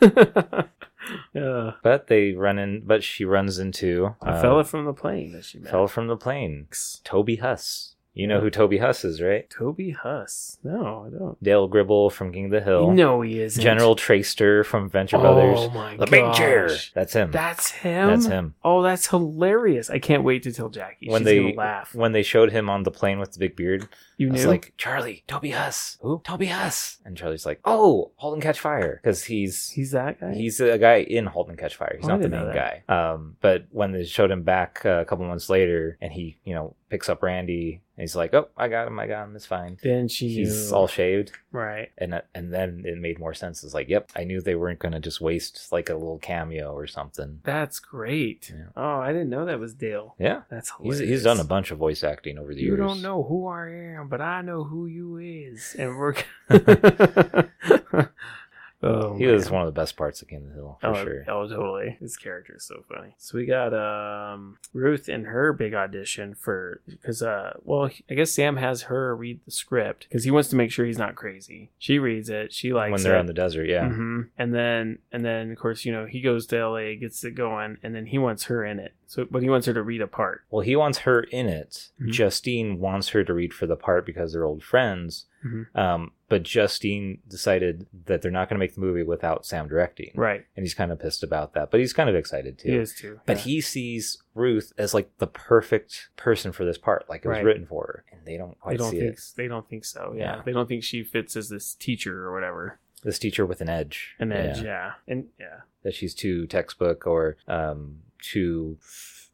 Speaker 1: Yeah. Uh,
Speaker 2: But they run in. But she runs into
Speaker 1: a
Speaker 2: uh,
Speaker 1: fella from the plane that she met.
Speaker 2: fell from the plane. Toby Huss. You know who Toby Huss is, right?
Speaker 1: Toby Huss. No, I don't.
Speaker 2: Dale Gribble from King of the Hill.
Speaker 1: No, he isn't.
Speaker 2: General Traster from Venture
Speaker 1: oh,
Speaker 2: Brothers.
Speaker 1: my
Speaker 2: The big
Speaker 1: gosh.
Speaker 2: chair. That's him.
Speaker 1: That's him.
Speaker 2: That's him.
Speaker 1: Oh, that's hilarious! I can't wait to tell Jackie.
Speaker 2: When
Speaker 1: She's
Speaker 2: they
Speaker 1: gonna laugh.
Speaker 2: when they showed him on the plane with the big beard,
Speaker 1: You
Speaker 2: I was
Speaker 1: knew,
Speaker 2: like, Charlie, Toby Huss. Who? Toby Huss. And Charlie's like, Oh, Hold and Catch Fire. Because he's
Speaker 1: he's that guy.
Speaker 2: He's a guy in Halt and Catch Fire. He's
Speaker 1: Oh, I
Speaker 2: not the
Speaker 1: didn't know
Speaker 2: main guy. Um, but when they showed him back uh, a couple months later, and he, you know, picks up Randy, and he's like, "Oh, I got him. I got him. It's fine."
Speaker 1: then she
Speaker 2: He's
Speaker 1: knew.
Speaker 2: all shaved,
Speaker 1: right.
Speaker 2: and that- and then it made more sense. It's like, "Yep, I knew they weren't going to just waste like a little cameo or something."
Speaker 1: That's great.
Speaker 2: Yeah.
Speaker 1: Oh, I didn't know that was Dale.
Speaker 2: Yeah,
Speaker 1: That's
Speaker 2: he's
Speaker 1: hilarious.
Speaker 2: he's done a bunch of voice acting over the
Speaker 1: You
Speaker 2: years.
Speaker 1: don't know who I am, but I know who you is, and we're. oh,
Speaker 2: He
Speaker 1: man.
Speaker 2: was one of the best parts of King of the Hill for
Speaker 1: oh,
Speaker 2: sure.
Speaker 1: oh, totally. His character is so funny. So we got um, Ruth and her big audition for because uh, well, I guess Sam has her read the script because he wants to make sure he's not crazy. She reads it. She likes
Speaker 2: when they're
Speaker 1: it.
Speaker 2: on the desert, yeah.
Speaker 1: hmm And then, and then, of course, you know, he goes to LA, gets it going, and then he wants her in it. So, but he wants her to read a part.
Speaker 2: Well, he wants her in it.
Speaker 1: Mhm.
Speaker 2: Justine wants her to read for the part because they're old friends.
Speaker 1: Mhm.
Speaker 2: Um, but Justine decided that they're not going to make the movie without Sam directing,
Speaker 1: Right.
Speaker 2: and he's kind of pissed about that. But he's kind of excited too.
Speaker 1: He is too.
Speaker 2: But
Speaker 1: yeah.
Speaker 2: he sees Ruth as like the perfect person for this part, like it was
Speaker 1: Right.
Speaker 2: written for her, and they don't quite
Speaker 1: they don't
Speaker 2: see
Speaker 1: think
Speaker 2: it.
Speaker 1: they don't think so. Yeah.
Speaker 2: Yeah.
Speaker 1: They don't think she fits as this teacher or whatever.
Speaker 2: This teacher with an edge,
Speaker 1: An edge,
Speaker 2: Yeah.
Speaker 1: yeah. And yeah.
Speaker 2: that she's too textbook or um, too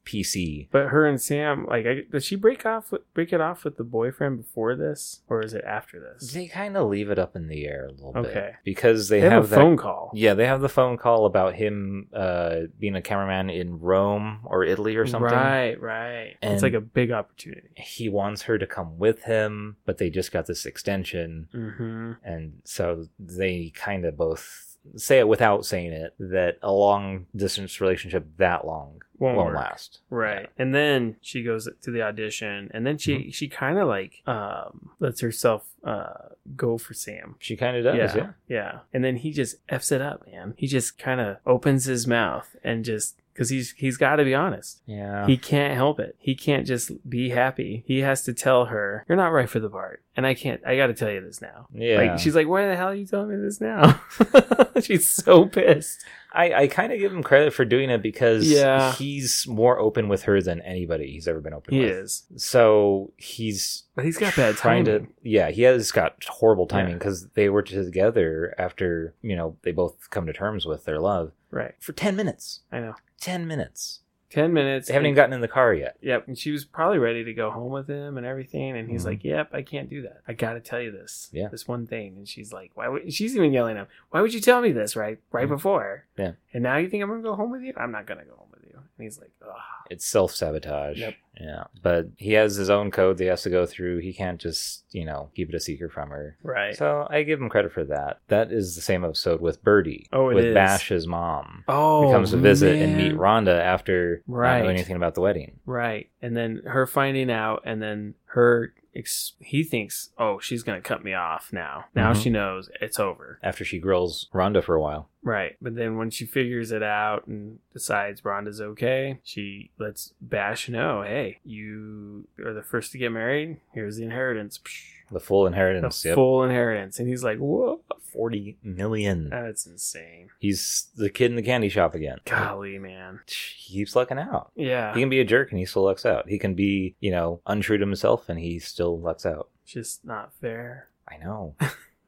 Speaker 2: PC.
Speaker 1: But her and Sam, like, I, does she break off with, break it off with the boyfriend before this, or is it after this?
Speaker 2: They kind of leave it up in the air a little bit
Speaker 1: Okay.
Speaker 2: because they,
Speaker 1: They have, a
Speaker 2: that
Speaker 1: phone call.
Speaker 2: Yeah, they have the phone call about him uh, being a cameraman in Rome or Italy or something.
Speaker 1: Right, right.
Speaker 2: And-
Speaker 1: it's like a big opportunity.
Speaker 2: He wants her to come with him, but they just got this extension.
Speaker 1: Mm-hmm.
Speaker 2: And so they kind of both say it without saying it that a long distance relationship that long
Speaker 1: Won't,
Speaker 2: won't,
Speaker 1: work.
Speaker 2: last.
Speaker 1: Right.
Speaker 2: Yeah.
Speaker 1: And then she goes to the audition and then
Speaker 2: Mm-hmm.
Speaker 1: she she kind of like um lets herself uh go for Sam.
Speaker 2: She kind of does, yeah.
Speaker 1: yeah. Yeah. And then he just f's it up, man. He just kind of opens his mouth and just cuz he's he's got to be honest.
Speaker 2: Yeah.
Speaker 1: He can't help it. He can't just be happy. He has to tell her, "You're not right for the part." And I can't I got to tell you this now.
Speaker 2: yeah.
Speaker 1: Like she's like, "Why the hell are you telling me this now?" she's so pissed.
Speaker 2: I, I kind of give him credit for doing it because
Speaker 1: Yeah.
Speaker 2: he's more open with her than anybody he's ever been open
Speaker 1: He
Speaker 2: with.
Speaker 1: is.
Speaker 2: So he's
Speaker 1: But he's got bad
Speaker 2: trying
Speaker 1: timing.
Speaker 2: to yeah he has got horrible timing
Speaker 1: Yeah.
Speaker 2: because they were together after you know they both come to terms with their love
Speaker 1: Right.
Speaker 2: for 10 minutes
Speaker 1: I know.
Speaker 2: 10 minutes
Speaker 1: 10 minutes.
Speaker 2: they haven't even gotten in the car yet
Speaker 1: Yep, and she was probably ready to go home with him and everything, and he's
Speaker 2: Mhm.
Speaker 1: like, "Yep, I can't do that. I gotta tell you this,
Speaker 2: Yeah.
Speaker 1: this one thing." And she's like, "Why?" Would, she's even yelling at him, "Why would you tell me this right, right
Speaker 2: Mhm.
Speaker 1: before?"
Speaker 2: Yeah.
Speaker 1: And now you think I'm gonna go home with you? I'm not gonna go home with you. And he's like, Ugh.
Speaker 2: it's self-sabotage
Speaker 1: Yep.
Speaker 2: yeah but he has his own code that he has to go through he can't just you know keep it a secret from her
Speaker 1: "Right."
Speaker 2: so i give him credit for that that is the same episode with birdie
Speaker 1: Oh, it
Speaker 2: with
Speaker 1: is.
Speaker 2: bash's mom
Speaker 1: oh,
Speaker 2: who comes to visit
Speaker 1: man.
Speaker 2: and meet Rhonda after not
Speaker 1: Right.
Speaker 2: knowing anything about the wedding.
Speaker 1: Right, and then her finding out, and then her. Ex- he thinks, "Oh, she's gonna cut me off now. Now
Speaker 2: Mhm.
Speaker 1: she knows it's over."
Speaker 2: After she grills Rhonda for a while.
Speaker 1: Right. But then when she figures it out and decides Rhonda's okay, she lets Bash know, hey, you are the first to get married. Here's the inheritance. Psh,
Speaker 2: The full
Speaker 1: The
Speaker 2: inheritance. yep.
Speaker 1: full inheritance. And he's like, whoa.
Speaker 2: 40 million.
Speaker 1: That's insane.
Speaker 2: He's the kid in the candy shop again.
Speaker 1: Golly, Ah. man.
Speaker 2: He keeps lucking out. He
Speaker 1: Yeah.
Speaker 2: can be a jerk and he still lucks out. He can be, you know, untrue to himself and he still lucks out.
Speaker 1: Just not fair.
Speaker 2: I know.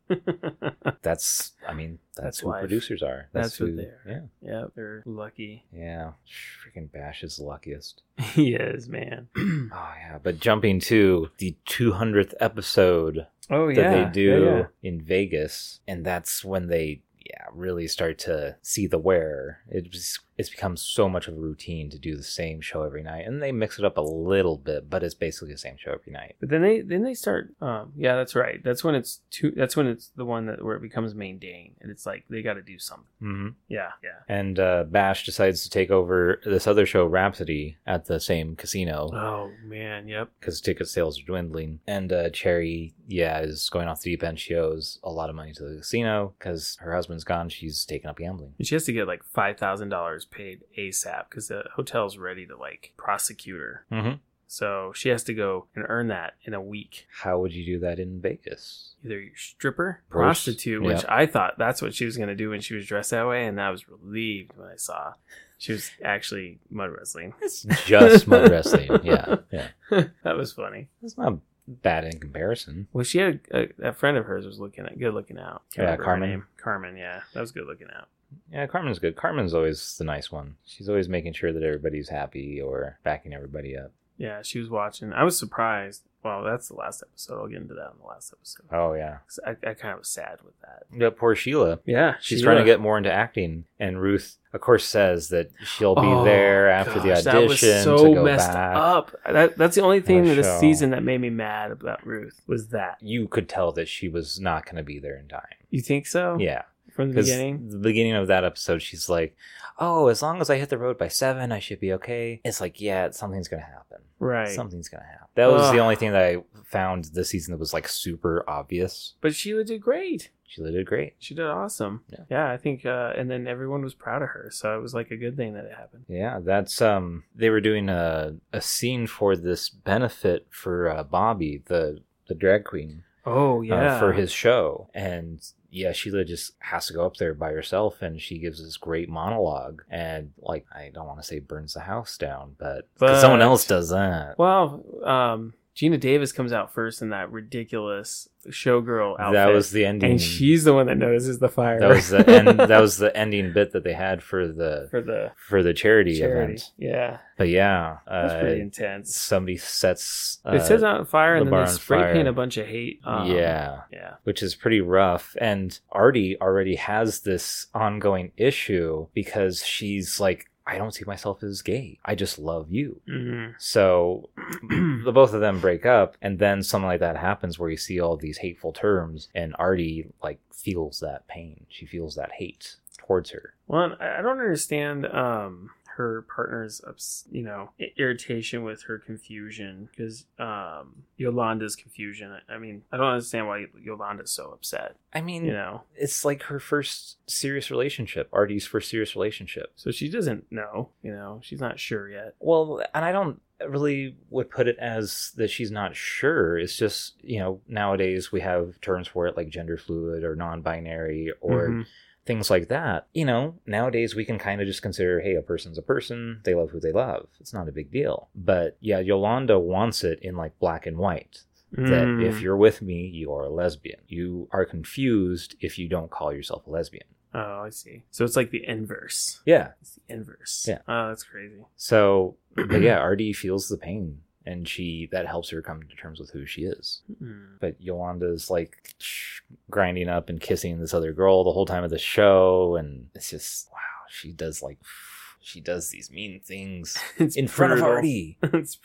Speaker 1: yep.
Speaker 2: That's, I mean, that's,
Speaker 1: That's
Speaker 2: who
Speaker 1: life.
Speaker 2: producers are.
Speaker 1: That's what
Speaker 2: who-
Speaker 1: they are. They're lucky.
Speaker 2: Yeah. Yeah. Freaking Bash is the luckiest.
Speaker 1: he is, man.
Speaker 2: Oh, yeah. But jumping to the 200th episode
Speaker 1: oh,
Speaker 2: that
Speaker 1: yeah.
Speaker 2: they do
Speaker 1: Yeah, yeah.
Speaker 2: in Vegas. And that's when they. Yeah, really start to see the wear. It's it's become so much of a routine to do the same show every night, and they mix it up a little bit, but it's basically the same show every night.
Speaker 1: But then they then they start. Um, yeah, that's right. That's when it's two. That's when it's the one that where it becomes mundane, and it's like they got to do something.
Speaker 2: Mm-hmm.
Speaker 1: Yeah, yeah.
Speaker 2: And uh, Bash decides to take over this other show, Rhapsody, at the same casino
Speaker 1: Oh man, yep.
Speaker 2: because ticket sales are dwindling. And uh, Cherry, yeah, is going off the deep end. She owes a lot of money to the casino because her husband's gone. She's taken up gambling.
Speaker 1: And she has to get like five thousand dollars paid ASAP because the hotel's ready to like prosecute her.
Speaker 2: Mhm.
Speaker 1: So she has to go and earn that in a week.
Speaker 2: How would you do that in Vegas?
Speaker 1: Either you stripper,
Speaker 2: Gross.
Speaker 1: prostitute, which
Speaker 2: Yeah.
Speaker 1: I thought that's what she was gonna do when she was dressed that way, and I was relieved when I saw she was actually mud wrestling.
Speaker 2: It's just mud wrestling. Yeah, yeah.
Speaker 1: that was funny.
Speaker 2: That's not bad in comparison.
Speaker 1: Well, she had a, a, a friend of hers was looking at good looking out. Can't
Speaker 2: Yeah,
Speaker 1: remember her
Speaker 2: Carmen.
Speaker 1: name. Carmen, yeah, that was good looking out.
Speaker 2: Yeah, Carmen's good. Carmen's always the nice one. She's always making sure that everybody's happy or backing everybody up.
Speaker 1: Yeah, she was watching. I was surprised. Well, that's the last episode. I'll get into that in the last episode.
Speaker 2: Oh yeah.
Speaker 1: 'Cause I, I kind of was sad with that.
Speaker 2: Yeah, poor Sheila.
Speaker 1: Yeah,
Speaker 2: She's trying to get more into acting, and Ruth, of course, says that she'll be there after the
Speaker 1: Oh, That was
Speaker 2: audition
Speaker 1: so
Speaker 2: to go
Speaker 1: messed
Speaker 2: back.
Speaker 1: up. That, that's the only thing
Speaker 2: Her
Speaker 1: this
Speaker 2: show.
Speaker 1: season that made me mad about Ruth was that.
Speaker 2: You could tell that she was not going to be there in time.
Speaker 1: You think so?
Speaker 2: Yeah,
Speaker 1: From Oh, the
Speaker 2: because
Speaker 1: beginning.
Speaker 2: the beginning of that episode, she's like, "Oh, as long as I hit the road by seven, I should be okay." It's like, yeah, something's going to happen.
Speaker 1: Right.
Speaker 2: Something's gonna happen. That was
Speaker 1: Ugh.
Speaker 2: the only thing that I found this season that was like super obvious.
Speaker 1: But Sheila did great.
Speaker 2: Sheila did great.
Speaker 1: She did awesome.
Speaker 2: Yeah.
Speaker 1: I think, uh, and then everyone was proud of her. So it was like a good thing that it happened.
Speaker 2: Yeah, that's um. They were doing a a scene for this benefit for uh, Bobby, the the drag queen,
Speaker 1: Oh
Speaker 2: uh,
Speaker 1: yeah.
Speaker 2: for his show. And yeah, Sheila just has to go up there by herself and she gives this great monologue. And like, I don't want to say burns the house down, but, 'cause someone
Speaker 1: But-
Speaker 2: else does that.
Speaker 1: Well, um, Gina Davis comes out first in that ridiculous showgirl outfit.
Speaker 2: That was the ending.
Speaker 1: and she's the one that notices the fire.
Speaker 2: that was the end, that was the ending bit that they had for the
Speaker 1: for the
Speaker 2: for the charity,
Speaker 1: charity.
Speaker 2: event.
Speaker 1: Yeah,
Speaker 2: But yeah,
Speaker 1: that's
Speaker 2: uh,
Speaker 1: pretty intense.
Speaker 2: somebody sets uh,
Speaker 1: it says on fire,
Speaker 2: the
Speaker 1: and then
Speaker 2: bar
Speaker 1: they
Speaker 2: on
Speaker 1: spray
Speaker 2: fire.
Speaker 1: paint a bunch of hate. Um,
Speaker 2: yeah,
Speaker 1: yeah.
Speaker 2: which is pretty rough. And Artie already has this ongoing issue because she's like, I don't see myself as gay. I just love you.
Speaker 1: Mhm.
Speaker 2: So the both of them break up, and then something like that happens where you see all these hateful terms, and Artie like feels that pain. She feels that hate towards her.
Speaker 1: Well, I I don't understand um, her partner's, ups, you know, i- irritation with her confusion because um, Yolanda's confusion. I, I mean, I don't understand why Yolanda's so upset.
Speaker 2: I mean,
Speaker 1: You know,
Speaker 2: it's like her first serious relationship, Artie's first serious relationship.
Speaker 1: so she doesn't know. You know, she's not sure yet.
Speaker 2: Well, and I don't really would put it as that she's not sure. It's just, you know, nowadays we have terms for it like gender fluid or non binary or
Speaker 1: Mhm.
Speaker 2: things like that. You know, nowadays we can kind of just consider, hey, a person's a person. They love who they love. It's not a big deal. But yeah, Yolanda wants it in like black and white that
Speaker 1: Mm.
Speaker 2: if you're with me, you are a lesbian. You are confused if you don't call yourself a lesbian.
Speaker 1: Oh, I see. So it's like the inverse.
Speaker 2: Yeah.
Speaker 1: It's the inverse.
Speaker 2: Yeah.
Speaker 1: Oh, that's crazy.
Speaker 2: So, but yeah, Artie feels the pain and she, that helps her come to terms with who she is.
Speaker 1: Hmm.
Speaker 2: But Yolanda's like grinding up and kissing this other girl the whole time of the show. And it's just, wow, she does like, she does these mean things.
Speaker 1: It's
Speaker 2: in front of
Speaker 1: brutal.
Speaker 2: Artie.
Speaker 1: It's-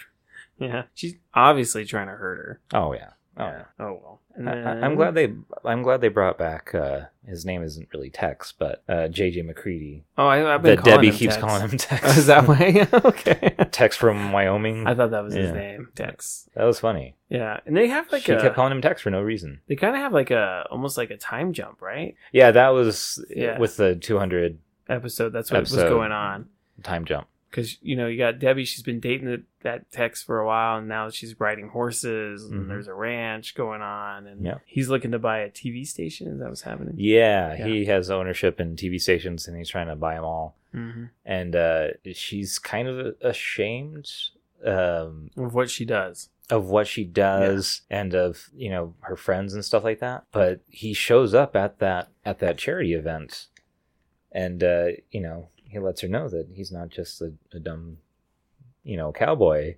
Speaker 1: yeah. She's obviously trying to hurt her.
Speaker 2: Oh yeah. Oh yeah.
Speaker 1: Oh well. And
Speaker 2: I, I- I'm
Speaker 1: then-
Speaker 2: glad they. I'm glad they brought back. Uh, his name isn't really Tex, but uh, JJ McCready.
Speaker 1: Oh, I, I've been
Speaker 2: That
Speaker 1: calling
Speaker 2: Debbie
Speaker 1: him
Speaker 2: keeps
Speaker 1: Tex.
Speaker 2: calling him Tex.
Speaker 1: Oh, is that why? okay.
Speaker 2: Tex from Wyoming?
Speaker 1: I thought that was his
Speaker 2: Yeah.
Speaker 1: name, Tex.
Speaker 2: that was funny.
Speaker 1: Yeah, and they have like
Speaker 2: she
Speaker 1: a.
Speaker 2: kept calling him Tex for no reason.
Speaker 1: they kind of have like a almost like a time jump, right?
Speaker 2: Yeah, that was
Speaker 1: Yeah.
Speaker 2: with the 200
Speaker 1: Episode. That's what
Speaker 2: Episode.
Speaker 1: was going on.
Speaker 2: time jump.
Speaker 1: Because you know you got Debbie. She's been dating the, that Tex for a while, and now she's riding horses.
Speaker 2: Mhm.
Speaker 1: And there's a ranch going on, and
Speaker 2: Yeah.
Speaker 1: he's looking to buy a TV station. Is that what's happening?
Speaker 2: Yeah,
Speaker 1: Yeah.
Speaker 2: he has ownership in TV stations, and he's trying to buy them all.
Speaker 1: hmm
Speaker 2: And uh, she's kind of ashamed um,
Speaker 1: Of what she does.
Speaker 2: of what she does and of you know her friends and stuff like that but he shows up at that at that charity event and uh you know he lets her know that he's not just a, a dumb you know cowboy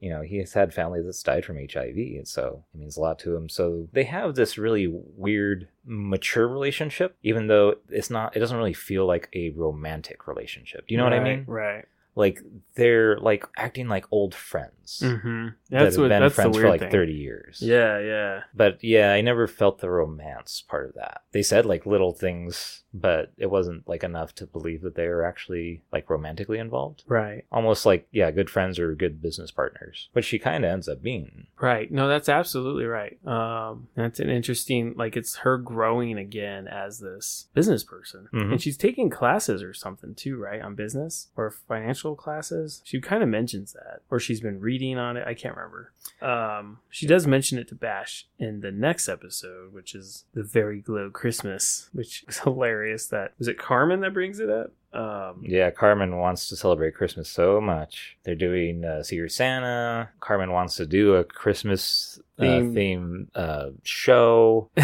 Speaker 2: you know he has had family that's died from hiv and so it means a lot to him so they have this really weird mature relationship even though it's not it doesn't really feel like a romantic relationship do you know what i
Speaker 1: Right,
Speaker 2: mean
Speaker 1: Right.
Speaker 2: like they're like acting like old friends
Speaker 1: hmm That's
Speaker 2: that have
Speaker 1: what.
Speaker 2: been
Speaker 1: That's the
Speaker 2: friends
Speaker 1: weird
Speaker 2: for like
Speaker 1: thing.
Speaker 2: 30 years.
Speaker 1: Yeah, yeah.
Speaker 2: But yeah, I never felt the romance part of that. They said like little things, but it wasn't like enough to believe that they were actually like romantically involved.
Speaker 1: Right.
Speaker 2: Almost like, yeah, good friends or good business partners, which she kind of ends up being.
Speaker 1: Right. No, that's absolutely right. Um, that's an interesting, like, it's her growing again as this business person.
Speaker 2: Mhm.
Speaker 1: And she's taking classes or something too, right? On business or financial classes. She kind of mentions that, or she's been reading on it. I can't remember. Um, she does mention it to Bash in the next episode, which is the Very Glow Christmas, which is hilarious. That was it Carmen that brings it up? Um,
Speaker 2: Yeah, Carmen wants to celebrate Christmas so much. They're doing uh, Secret Santa. Carmen wants to do a Christmas uh,
Speaker 1: Theme.
Speaker 2: theme uh, show.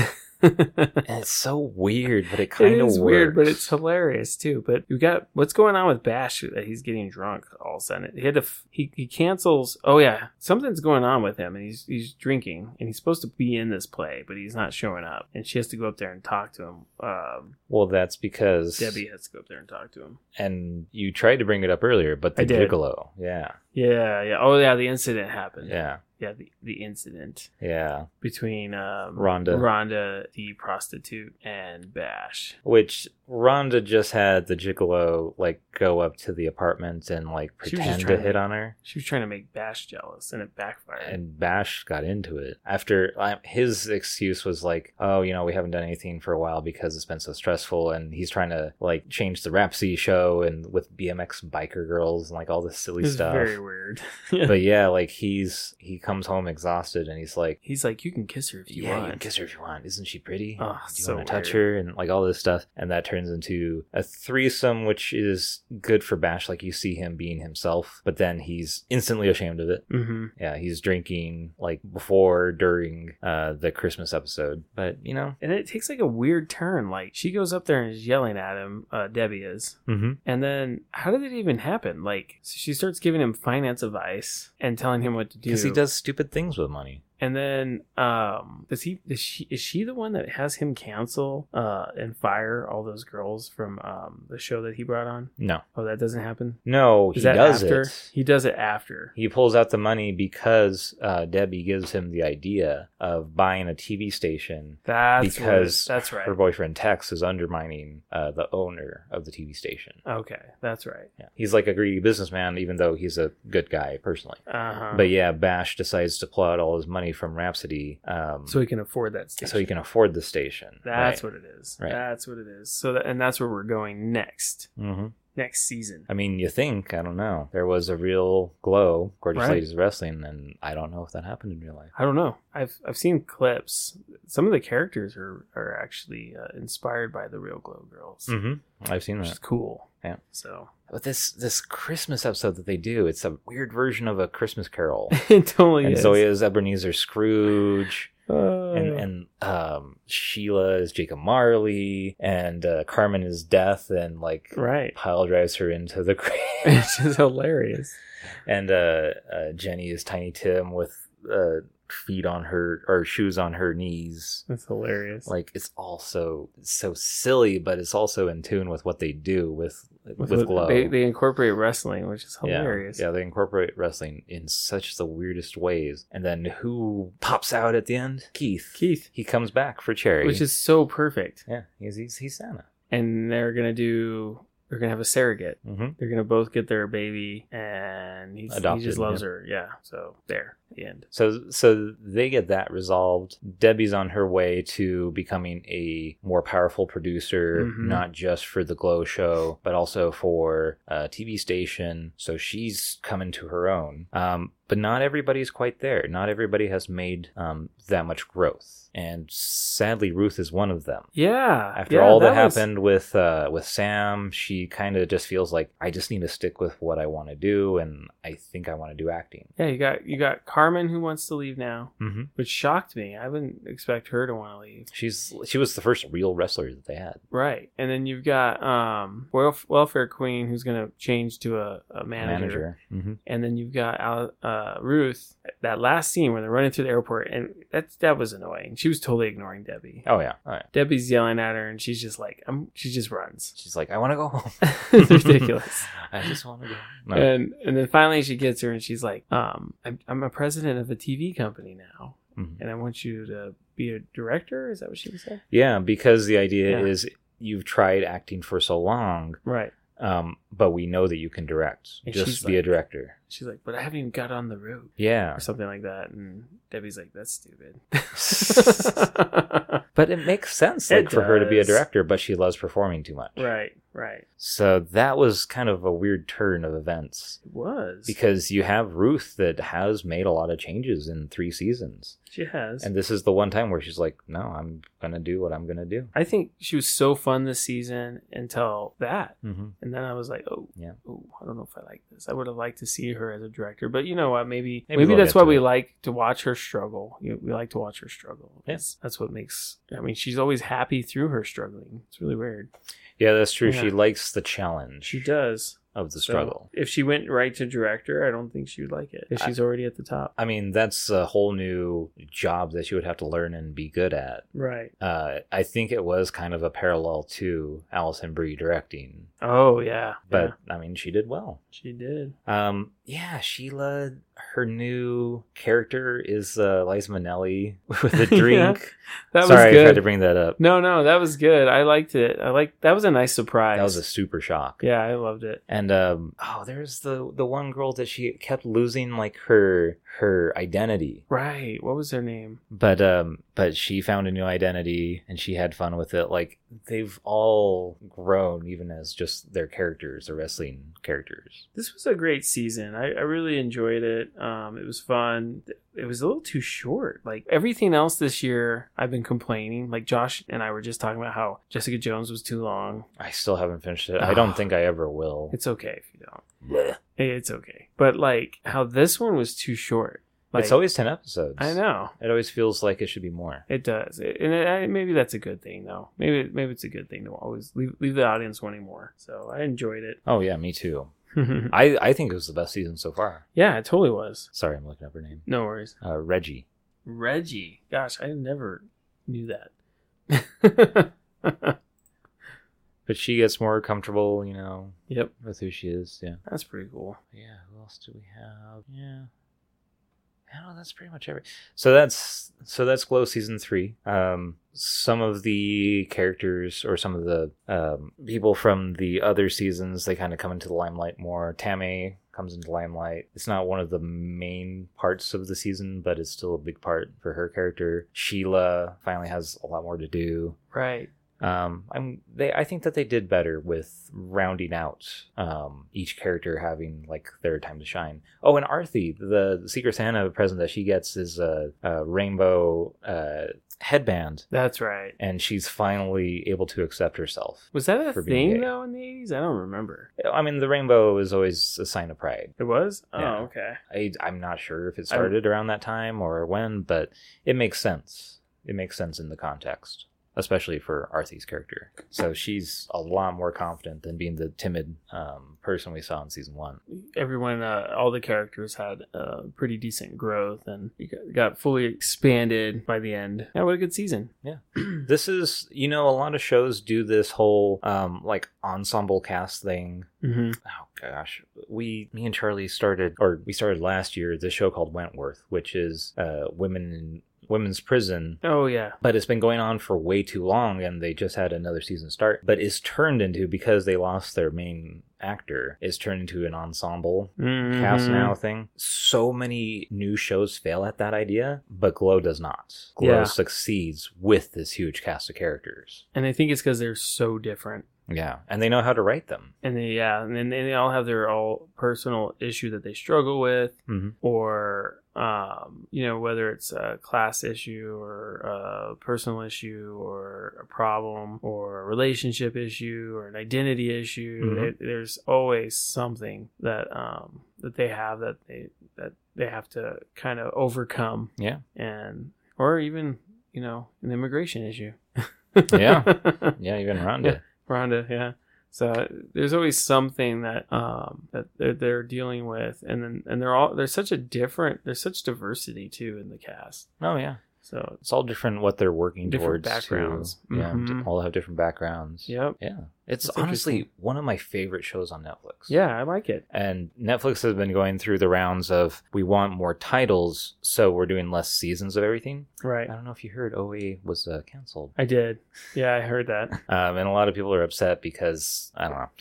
Speaker 2: and it's so weird, but it kind
Speaker 1: it
Speaker 2: of
Speaker 1: is weird, but it's hilarious too. But you got what's going on with Bash that he's getting drunk all of a sudden. He had to f- he he cancels. Oh yeah, something's going on with him, and he's he's drinking, and he's supposed to be in this play, but he's not showing up, and she has to go up there and talk to him. Um,
Speaker 2: Well, that's because
Speaker 1: Debbie has to go up there and talk to him.
Speaker 2: and you tried to bring it up earlier, but the
Speaker 1: I did.
Speaker 2: gigolo, yeah,
Speaker 1: Yeah, yeah. Oh yeah, the incident happened.
Speaker 2: yeah,
Speaker 1: yeah. The the incident
Speaker 2: yeah,
Speaker 1: between um,
Speaker 2: Rhonda.
Speaker 1: Rhonda the prostitute, and Bash.
Speaker 2: which Rhonda just had the gigolo like go up to the apartment and like
Speaker 1: She was just
Speaker 2: pretend to
Speaker 1: trying to-
Speaker 2: hit on her,
Speaker 1: She was trying to make Bash jealous, and it backfired.
Speaker 2: and Bash got into it. After I- his excuse was like, "Oh, you know, we haven't done anything for a while because it's been so stressful," and he's trying to like change the Rhapsody show and with BMX biker girls and like all this
Speaker 1: it
Speaker 2: silly
Speaker 1: was
Speaker 2: stuff.
Speaker 1: very weird.
Speaker 2: but yeah, like he's he comes home exhausted and he's like,
Speaker 1: He's like, you can kiss her if you
Speaker 2: yeah,
Speaker 1: want.
Speaker 2: you can kiss her if you want. Isn't she pretty?
Speaker 1: Oh,
Speaker 2: Do you
Speaker 1: so
Speaker 2: want to touch
Speaker 1: weird.
Speaker 2: her and like all this stuff? And that turns into a threesome, which is good for Bash. Like you see him being himself, but then he's instantly ashamed of it.
Speaker 1: hmm
Speaker 2: Yeah, he's drinking like before, during uh, the Christmas episode. But you know,
Speaker 1: And it takes like a weird turn. Like she goes up there and is yelling at him. Uh, Debbie is.
Speaker 2: mm-hmm.
Speaker 1: And then how did it even happen? Like so she starts giving him finance advice and telling him what to do.
Speaker 2: because he does stupid things with money.
Speaker 1: And then um, does he? Is she? Is she the one that has him cancel uh, and fire all those girls from um, the show that he brought on?
Speaker 2: No,
Speaker 1: Oh, that doesn't happen.
Speaker 2: no,
Speaker 1: Is
Speaker 2: he
Speaker 1: that
Speaker 2: does
Speaker 1: after?
Speaker 2: it.
Speaker 1: He does it after.
Speaker 2: He pulls out the money because uh, Debbie gives him the idea of buying a TV station
Speaker 1: That's
Speaker 2: because
Speaker 1: right. that's right.
Speaker 2: her boyfriend Tex is undermining uh, the owner of the TV station.
Speaker 1: Okay, that's right.
Speaker 2: Yeah. He's like a greedy businessman, even though he's a good guy personally.
Speaker 1: Uh-huh.
Speaker 2: But yeah, Bash decides to pull out all his money from Rhapsody um,
Speaker 1: so
Speaker 2: so,
Speaker 1: he can afford that station.
Speaker 2: he can afford the station.
Speaker 1: That's what it is.
Speaker 2: Right.
Speaker 1: That's what it is. So that, and that's where we're going next.
Speaker 2: hmm
Speaker 1: Next season.
Speaker 2: I mean, you think, I don't know. There was a real glow, Gorgeous
Speaker 1: Right.
Speaker 2: Ladies Wrestling, and I don't know if that happened in real life.
Speaker 1: I don't know. I've I've seen clips. Some of the characters are are actually uh, inspired by the Real Glow Girls,
Speaker 2: Mm-hmm. I've seen
Speaker 1: which
Speaker 2: that.
Speaker 1: is cool.
Speaker 2: Yeah.
Speaker 1: So
Speaker 2: But this this Christmas episode that they do, it's a weird version of a Christmas Carol.
Speaker 1: it totally
Speaker 2: and
Speaker 1: is.
Speaker 2: Zoya's Ebenezer Scrooge.
Speaker 1: Uh,
Speaker 2: and and um, Sheila is Jacob Marley, and uh, Carmen is Death, and like
Speaker 1: right,
Speaker 2: pile drives her into the grave,
Speaker 1: it's just hilarious.
Speaker 2: and uh, uh, Jenny is Tiny Tim with uh, feet on her or shoes on her knees.
Speaker 1: It's hilarious.
Speaker 2: Like it's also so silly, but it's also in tune with what they do with with, glow.
Speaker 1: They, they incorporate wrestling, which is
Speaker 2: Yeah.
Speaker 1: hilarious.
Speaker 2: Yeah, they incorporate wrestling in such the weirdest ways. And then who pops out at the end? Keith.
Speaker 1: Keith,
Speaker 2: He comes back for Cherry.
Speaker 1: which is so perfect.
Speaker 2: yeah, he's he's, he's Santa.
Speaker 1: And they're gonna do. They're gonna have a surrogate.
Speaker 2: Mm-hmm.
Speaker 1: They're gonna both get their baby, and he's, he
Speaker 2: Adopted,
Speaker 1: just loves
Speaker 2: yeah.
Speaker 1: her. Yeah. So there, the end.
Speaker 2: So so they get that resolved. Debbie's on her way to becoming a more powerful producer,
Speaker 1: Mhm.
Speaker 2: not just for the Glow show, but also for a TV station. So she's coming to her own. Um, but not everybody's quite there. Not everybody has made um, that much growth, and sadly, Ruth is one of them.
Speaker 1: Yeah.
Speaker 2: After
Speaker 1: yeah,
Speaker 2: all that,
Speaker 1: was-
Speaker 2: happened with uh, with Sam, she kind of just feels like I just need to stick with what I want to do, and I think I want to do acting.
Speaker 1: Yeah, you got you got Carmen who wants to leave now,
Speaker 2: Mm-hmm.
Speaker 1: which shocked me. I wouldn't expect her to want to leave.
Speaker 2: She's she was the first real wrestler that they had.
Speaker 1: Right. And then you've got um welf- welfare queen who's going to change to a, a manager.
Speaker 2: Mm-hmm.
Speaker 1: And then you've got Al- uh, Ruth that last scene where they're running through the airport and that that was annoying. She was totally ignoring Debbie.
Speaker 2: Oh yeah. All right.
Speaker 1: Debbie's yelling at her and she's just like i she just runs.
Speaker 2: She's like, I want to go home.
Speaker 1: it's ridiculous.
Speaker 2: I just want to go. No.
Speaker 1: And and then finally she gets her and she's like um I'm, I'm a president of a TV company now.
Speaker 2: Mhm.
Speaker 1: and I want you to be a director. Is that what she was saying?
Speaker 2: Yeah, because the idea
Speaker 1: Yeah.
Speaker 2: is you've tried acting for so long,
Speaker 1: Right.
Speaker 2: um, but we know that you can direct.
Speaker 1: And she's
Speaker 2: just be a
Speaker 1: like-
Speaker 2: director.
Speaker 1: She's like, but I haven't even got on the road
Speaker 2: Yeah,
Speaker 1: or something like that. And Debbie's like, that's stupid.
Speaker 2: but it makes sense
Speaker 1: It
Speaker 2: like, for her to be a
Speaker 1: does.
Speaker 2: director, but she loves performing too much.
Speaker 1: right. Right.
Speaker 2: So that was kind of a weird turn of events.
Speaker 1: It was
Speaker 2: Because you have Ruth that has made a lot of changes in three seasons.
Speaker 1: she has.
Speaker 2: And this is the one time where she's like, "No, I'm gonna do what I'm gonna do."
Speaker 1: I think she was so fun this season until that.
Speaker 2: Mm-hmm.
Speaker 1: And then I was like, oh,
Speaker 2: Yeah.
Speaker 1: oh, I don't know if I like this. I would have liked to see her as a director, but you know what? Maybe
Speaker 2: Maybe
Speaker 1: maybe,
Speaker 2: we'll
Speaker 1: that's
Speaker 2: get
Speaker 1: why
Speaker 2: to
Speaker 1: we
Speaker 2: it.
Speaker 1: like to watch her struggle. You- We like to watch her struggle.
Speaker 2: Yeah.
Speaker 1: Yes, that's what makes. I mean, she's always happy through her struggling. It's really weird.
Speaker 2: Yeah, that's true. She
Speaker 1: Yeah.
Speaker 2: likes the challenge
Speaker 1: She does
Speaker 2: of the
Speaker 1: So,
Speaker 2: struggle.
Speaker 1: if she went right to director, I don't think she would like it. If she's already at the top,
Speaker 2: I mean, that's a whole new job that she would have to learn and be good at.
Speaker 1: right?
Speaker 2: Uh, I think it was kind of a parallel to Allison Brie directing,
Speaker 1: Oh yeah,
Speaker 2: but
Speaker 1: Yeah,
Speaker 2: I mean, she did well.
Speaker 1: she did.
Speaker 2: Um, yeah, Sheila, her new character is uh, Liza Minnelli with a drink.
Speaker 1: That
Speaker 2: Sorry,
Speaker 1: was
Speaker 2: I
Speaker 1: good.
Speaker 2: tried to bring that up.
Speaker 1: No, no, that was good. I liked it. I like that was a nice surprise.
Speaker 2: That was a super shock.
Speaker 1: yeah, I loved it.
Speaker 2: And um, oh, there's the the one girl that she kept losing like her her identity,
Speaker 1: Right. What was her name?
Speaker 2: but um, but she found a new identity and she had fun with it. Like they've all grown, even as just their characters, their wrestling characters.
Speaker 1: This was a great season. I, I really enjoyed it. Um, it was fun. It was a little too short. Like everything else this year, I've been complaining. Like Josh and I were just talking about how Jessica Jones was too long.
Speaker 2: I still haven't finished it. I don't think I ever will.
Speaker 1: It's okay if you don't.
Speaker 3: Bleh.
Speaker 1: It's okay. But like how this one was too short. Like,
Speaker 2: it's always ten episodes.
Speaker 1: I know.
Speaker 2: It always feels like it should be more.
Speaker 1: It does, It- and it, I, maybe that's a good thing, though. Maybe maybe it's a good thing to always leave leave the audience wanting more. So I enjoyed
Speaker 2: Oh yeah, me too.
Speaker 1: it.
Speaker 2: I I think it was the best season so far.
Speaker 1: yeah, it totally was.
Speaker 2: Sorry, I'm looking up her name.
Speaker 1: No worries.
Speaker 2: Uh, Reggie.
Speaker 1: Reggie, gosh, I never knew that.
Speaker 2: But she gets more comfortable, you know,
Speaker 1: yep,
Speaker 2: with who she is. Yeah.
Speaker 1: that's pretty cool.
Speaker 2: Yeah. Who else do we have? Yeah. I don't know. That's pretty much every. So that's so that's Glow season three. Um, some of the characters or some of the um, people from the other seasons they kind of come into the limelight more. Tammy comes into limelight. It's not one of the main parts of the season, but it's still a big part for her character. Sheila finally has a lot more to do.
Speaker 1: Right.
Speaker 2: Um, I'm they. I think that they did better with rounding out um, each character having like their time to shine. Oh, and Arthi, the Secret Santa present that she gets is a, a rainbow uh, headband,
Speaker 1: That's right.
Speaker 2: and she's finally able to accept herself.
Speaker 1: Was that a
Speaker 2: For being
Speaker 1: thing
Speaker 2: gay.
Speaker 1: though in the eighties? I don't remember.
Speaker 2: I mean, the rainbow is always a sign of pride.
Speaker 1: It was.
Speaker 2: Yeah.
Speaker 1: Oh, okay.
Speaker 2: I, I'm not sure if it
Speaker 1: I-
Speaker 2: started around that time or when, but it makes sense. It makes sense in the context, especially for Arthy's character. So she's a lot more confident than being the timid um, person we saw in season one.
Speaker 1: Everyone, uh, all the characters had uh, pretty decent growth, and you got- got fully expanded by the end. Yeah, what a good season.
Speaker 2: This is, you know, a lot of shows do this whole um, like ensemble cast thing.
Speaker 1: Mm-hmm.
Speaker 2: Oh gosh, we, me and Charlie started, or we started last year, this show called Wentworth, which is uh, women in women's prison
Speaker 1: Oh yeah.
Speaker 2: but it's been going on for way too long and they just had another season start but it's turned into because they lost their main actor it's turned into an ensemble cast
Speaker 1: Mhm.
Speaker 2: now thing so many new shows fail at that idea but glow does not glow
Speaker 1: Yeah.
Speaker 2: succeeds with this huge cast of characters
Speaker 1: and I think it's because they're so different.
Speaker 2: yeah and they know how to write them
Speaker 1: And they, yeah, and then they all have their all personal issue that they struggle with,
Speaker 2: Mhm.
Speaker 1: or um, you know, whether it's a class issue or a personal issue or a problem or a relationship issue or an identity issue.
Speaker 2: Mhm.
Speaker 1: There- there's always something that um, that they have that they that they have to kind of overcome.
Speaker 2: Yeah.
Speaker 1: and or even you know an immigration issue.
Speaker 2: Yeah. yeah even rhonda
Speaker 1: Rhonda, yeah. So uh, there's always something that um that they're they're dealing with, and then and they're all there's such a different there's such diversity too in the cast.
Speaker 2: oh yeah
Speaker 1: So
Speaker 2: it's all different what they're working
Speaker 1: Different
Speaker 2: towards too.
Speaker 1: backgrounds.
Speaker 2: yeah
Speaker 1: Mhm.
Speaker 2: all have different backgrounds
Speaker 1: yep,
Speaker 2: yeah it's
Speaker 1: That's
Speaker 2: honestly
Speaker 1: interesting.
Speaker 2: one of my favorite shows on netflix
Speaker 1: yeah, I like it.
Speaker 2: And Netflix has been going through the rounds of we want more titles, so we're doing less seasons of everything. I
Speaker 1: Right,
Speaker 2: don't know if you heard OA was uh, canceled.
Speaker 1: I did. Yeah, I heard that.
Speaker 2: Um, and a lot of people are upset because I don't know.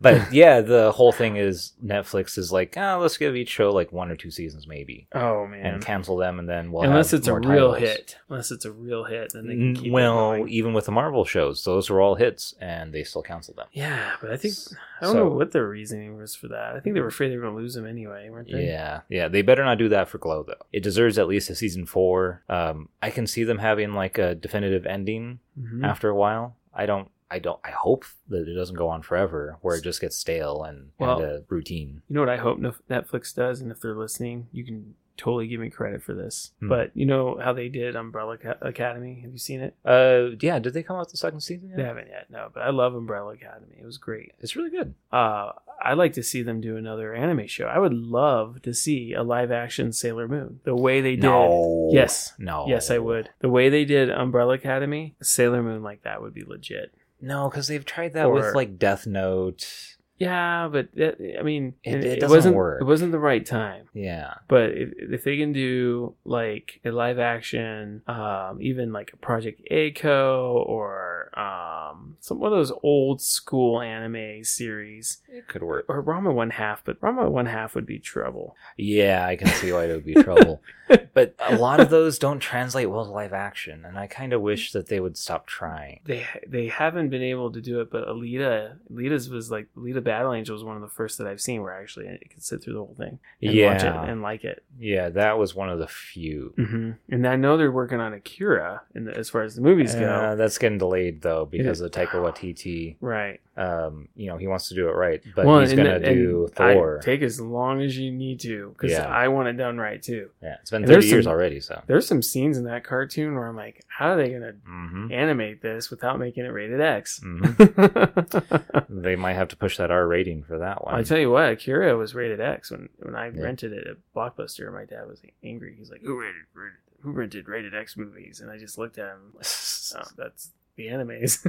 Speaker 2: But yeah, the whole thing is Netflix is like, ah, let's give each show like one or two seasons maybe
Speaker 1: Oh
Speaker 2: and
Speaker 1: man,
Speaker 2: cancel them and then we'll
Speaker 1: unless
Speaker 2: have
Speaker 1: it's a
Speaker 2: more
Speaker 1: real
Speaker 2: titles.
Speaker 1: hit, unless it's a real hit, then they can
Speaker 2: N-
Speaker 1: keep it
Speaker 2: Well,
Speaker 1: going.
Speaker 2: even with the Marvel shows, those were all hits and they still canceled them.
Speaker 1: Yeah, but I think I don't
Speaker 2: So-
Speaker 1: know what their reasoning was for that. I think they were afraid they were going to lose them anyway, weren't they?
Speaker 2: Yeah, yeah. They better not do that for Glow though. It deserves at least a season four. Um, I can see them having like a definitive ending
Speaker 1: Mhm.
Speaker 2: after a while. I don't. I don't. I hope that it doesn't go on forever, where it just gets stale and
Speaker 1: Well-
Speaker 2: kind of routine.
Speaker 1: You know what I hope Nef- Netflix does, and if they're listening, you can totally give me credit for this.
Speaker 2: Hmm.
Speaker 1: But you know how they did Umbrella Ca- Academy? Have you seen it?
Speaker 2: Uh, yeah. Did they come out with the second season? Yet?
Speaker 1: They haven't yet, no. But I love Umbrella Academy. It was great.
Speaker 2: it's really good.
Speaker 1: Uh, I'd like to see them do another anime show. I would love to see a live action Sailor Moon. The way they did,
Speaker 2: No.
Speaker 1: yes,
Speaker 2: No.
Speaker 1: yes, I would. The way they did Umbrella Academy, Sailor Moon like that would be legit.
Speaker 2: No, because they've tried that
Speaker 1: Or-
Speaker 2: with like Death Note
Speaker 1: yeah, but that, I mean,
Speaker 2: It-
Speaker 1: and
Speaker 2: it doesn't
Speaker 1: wasn't
Speaker 2: work.
Speaker 1: it wasn't the right time.
Speaker 2: Yeah.
Speaker 1: But if, if they can do like a live action, um, even like a Project Echo or um, some one of those old school anime series,
Speaker 2: It could work.
Speaker 1: or Rama One Half, but Rama One Half would be trouble.
Speaker 2: Yeah, I can see why it would be trouble. but a lot of those don't translate well to live action, and I kind of wish that they would stop trying.
Speaker 1: They they haven't been able to do it, but Alita, Alita's was like Alita Battle Angel was one of the first that I've seen where actually I could sit through the whole thing and watch it
Speaker 2: yeah.
Speaker 1: and like it.
Speaker 2: yeah, that was one of the few.
Speaker 1: hmm And I know they're working on Akira, in the, as far as the movies
Speaker 2: Uh,
Speaker 1: go,
Speaker 2: that's getting delayed though because
Speaker 1: Is
Speaker 2: of
Speaker 1: it?
Speaker 2: Taika Waititi.
Speaker 1: right?
Speaker 2: Um, you know, he wants to do it right, but
Speaker 1: Well,
Speaker 2: he's
Speaker 1: and
Speaker 2: gonna
Speaker 1: the- and
Speaker 2: do
Speaker 1: I-
Speaker 2: Thor.
Speaker 1: take as long as you need to, because
Speaker 2: Yeah.
Speaker 1: I want it done right too.
Speaker 2: yeah, it's been
Speaker 1: and there's
Speaker 2: thirty years
Speaker 1: some-
Speaker 2: already, so.
Speaker 1: There's some scenes in that cartoon where I'm like, how are they gonna
Speaker 2: hmm
Speaker 1: animate this without making it rated X?
Speaker 2: hmm Mm-hmm. they might have to push that R rating for that one.
Speaker 1: I tell you what, Akira was rated X when when I
Speaker 2: Yeah.
Speaker 1: rented it at Blockbuster. My dad was angry. He's like, "Who rated, rated who rented rated X movies?" And I just looked at him like, "Oh, that's the animes."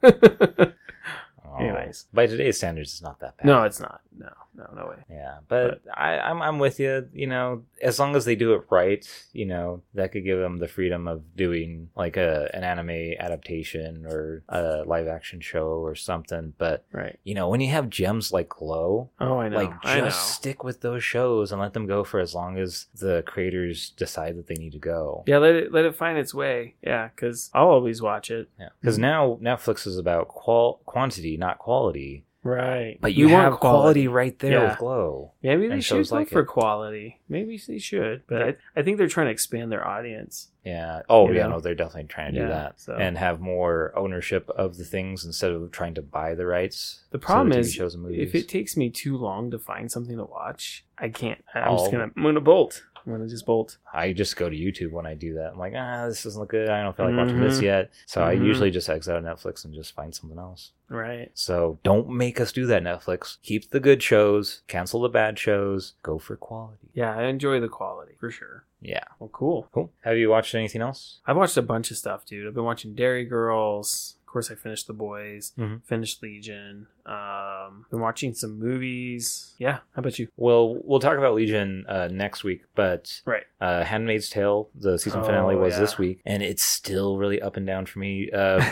Speaker 2: Oh.
Speaker 1: Anyways.
Speaker 2: by today's standards, it's not that bad.
Speaker 1: no, it's not. No, no, no way.
Speaker 2: Yeah, but, I, I'm I'm with you. You know, as long as they do it right, you know, that could give them the freedom of doing like a an anime adaptation or a live action show or something. But
Speaker 1: Right?
Speaker 2: you know, when you have gems like Glow,
Speaker 1: Oh, I know.
Speaker 2: like
Speaker 1: I know.
Speaker 2: just stick with those shows and let them go for as long as the creators decide that they need to go.
Speaker 1: Yeah, let it let it find its way. Yeah, because I'll always watch it.
Speaker 2: Yeah, because
Speaker 1: Mm-hmm.
Speaker 2: now Netflix is about qual- quantity, not quality.
Speaker 1: Right.
Speaker 2: But you have quality. right there
Speaker 1: Yeah.
Speaker 2: with Glow.
Speaker 1: Maybe they
Speaker 2: and
Speaker 1: should
Speaker 2: shows
Speaker 1: go
Speaker 2: like
Speaker 1: for
Speaker 2: it.
Speaker 1: quality. Maybe they should. But I, I think they're trying to expand their audience.
Speaker 2: Yeah. Oh,
Speaker 1: You
Speaker 2: yeah.
Speaker 1: know?
Speaker 2: No, they're definitely trying to
Speaker 1: Yeah,
Speaker 2: do that
Speaker 1: so-
Speaker 2: and have more ownership of the things instead of trying to buy the rights.
Speaker 1: The
Speaker 2: to
Speaker 1: problem
Speaker 2: TV
Speaker 1: is,
Speaker 2: shows and movies.
Speaker 1: If it takes me too long to find something to watch, I can't. I- I'm
Speaker 2: I'll-
Speaker 1: just gonna. I'm gonna bolt. I'm gonna just bolt.
Speaker 2: I just go to YouTube when I do that. I'm like, ah, this doesn't look good. I don't feel like watching this
Speaker 1: Mhm.
Speaker 2: yet. So I
Speaker 1: Mhm.
Speaker 2: usually just exit out Netflix and just find something else.
Speaker 1: Right.
Speaker 2: So don't make us do that, Netflix. Keep the good shows, cancel the bad shows, go for quality.
Speaker 1: Yeah, I enjoy the quality for sure.
Speaker 2: Yeah.
Speaker 1: Well, cool.
Speaker 2: Cool. Have you watched anything else?
Speaker 1: I've watched a bunch of stuff, dude. I've been watching Dairy Girls. Of course, I finished The Boys.
Speaker 2: Mhm.
Speaker 1: Finished Legion. Um, been watching some movies. Yeah. How about you?
Speaker 2: Well, we'll talk about Legion uh, next week, but
Speaker 1: Right.
Speaker 2: uh, Handmaid's Tale, the season
Speaker 1: Oh,
Speaker 2: finale was
Speaker 1: yeah.
Speaker 2: this week, and it's still really up and down for me. Uh,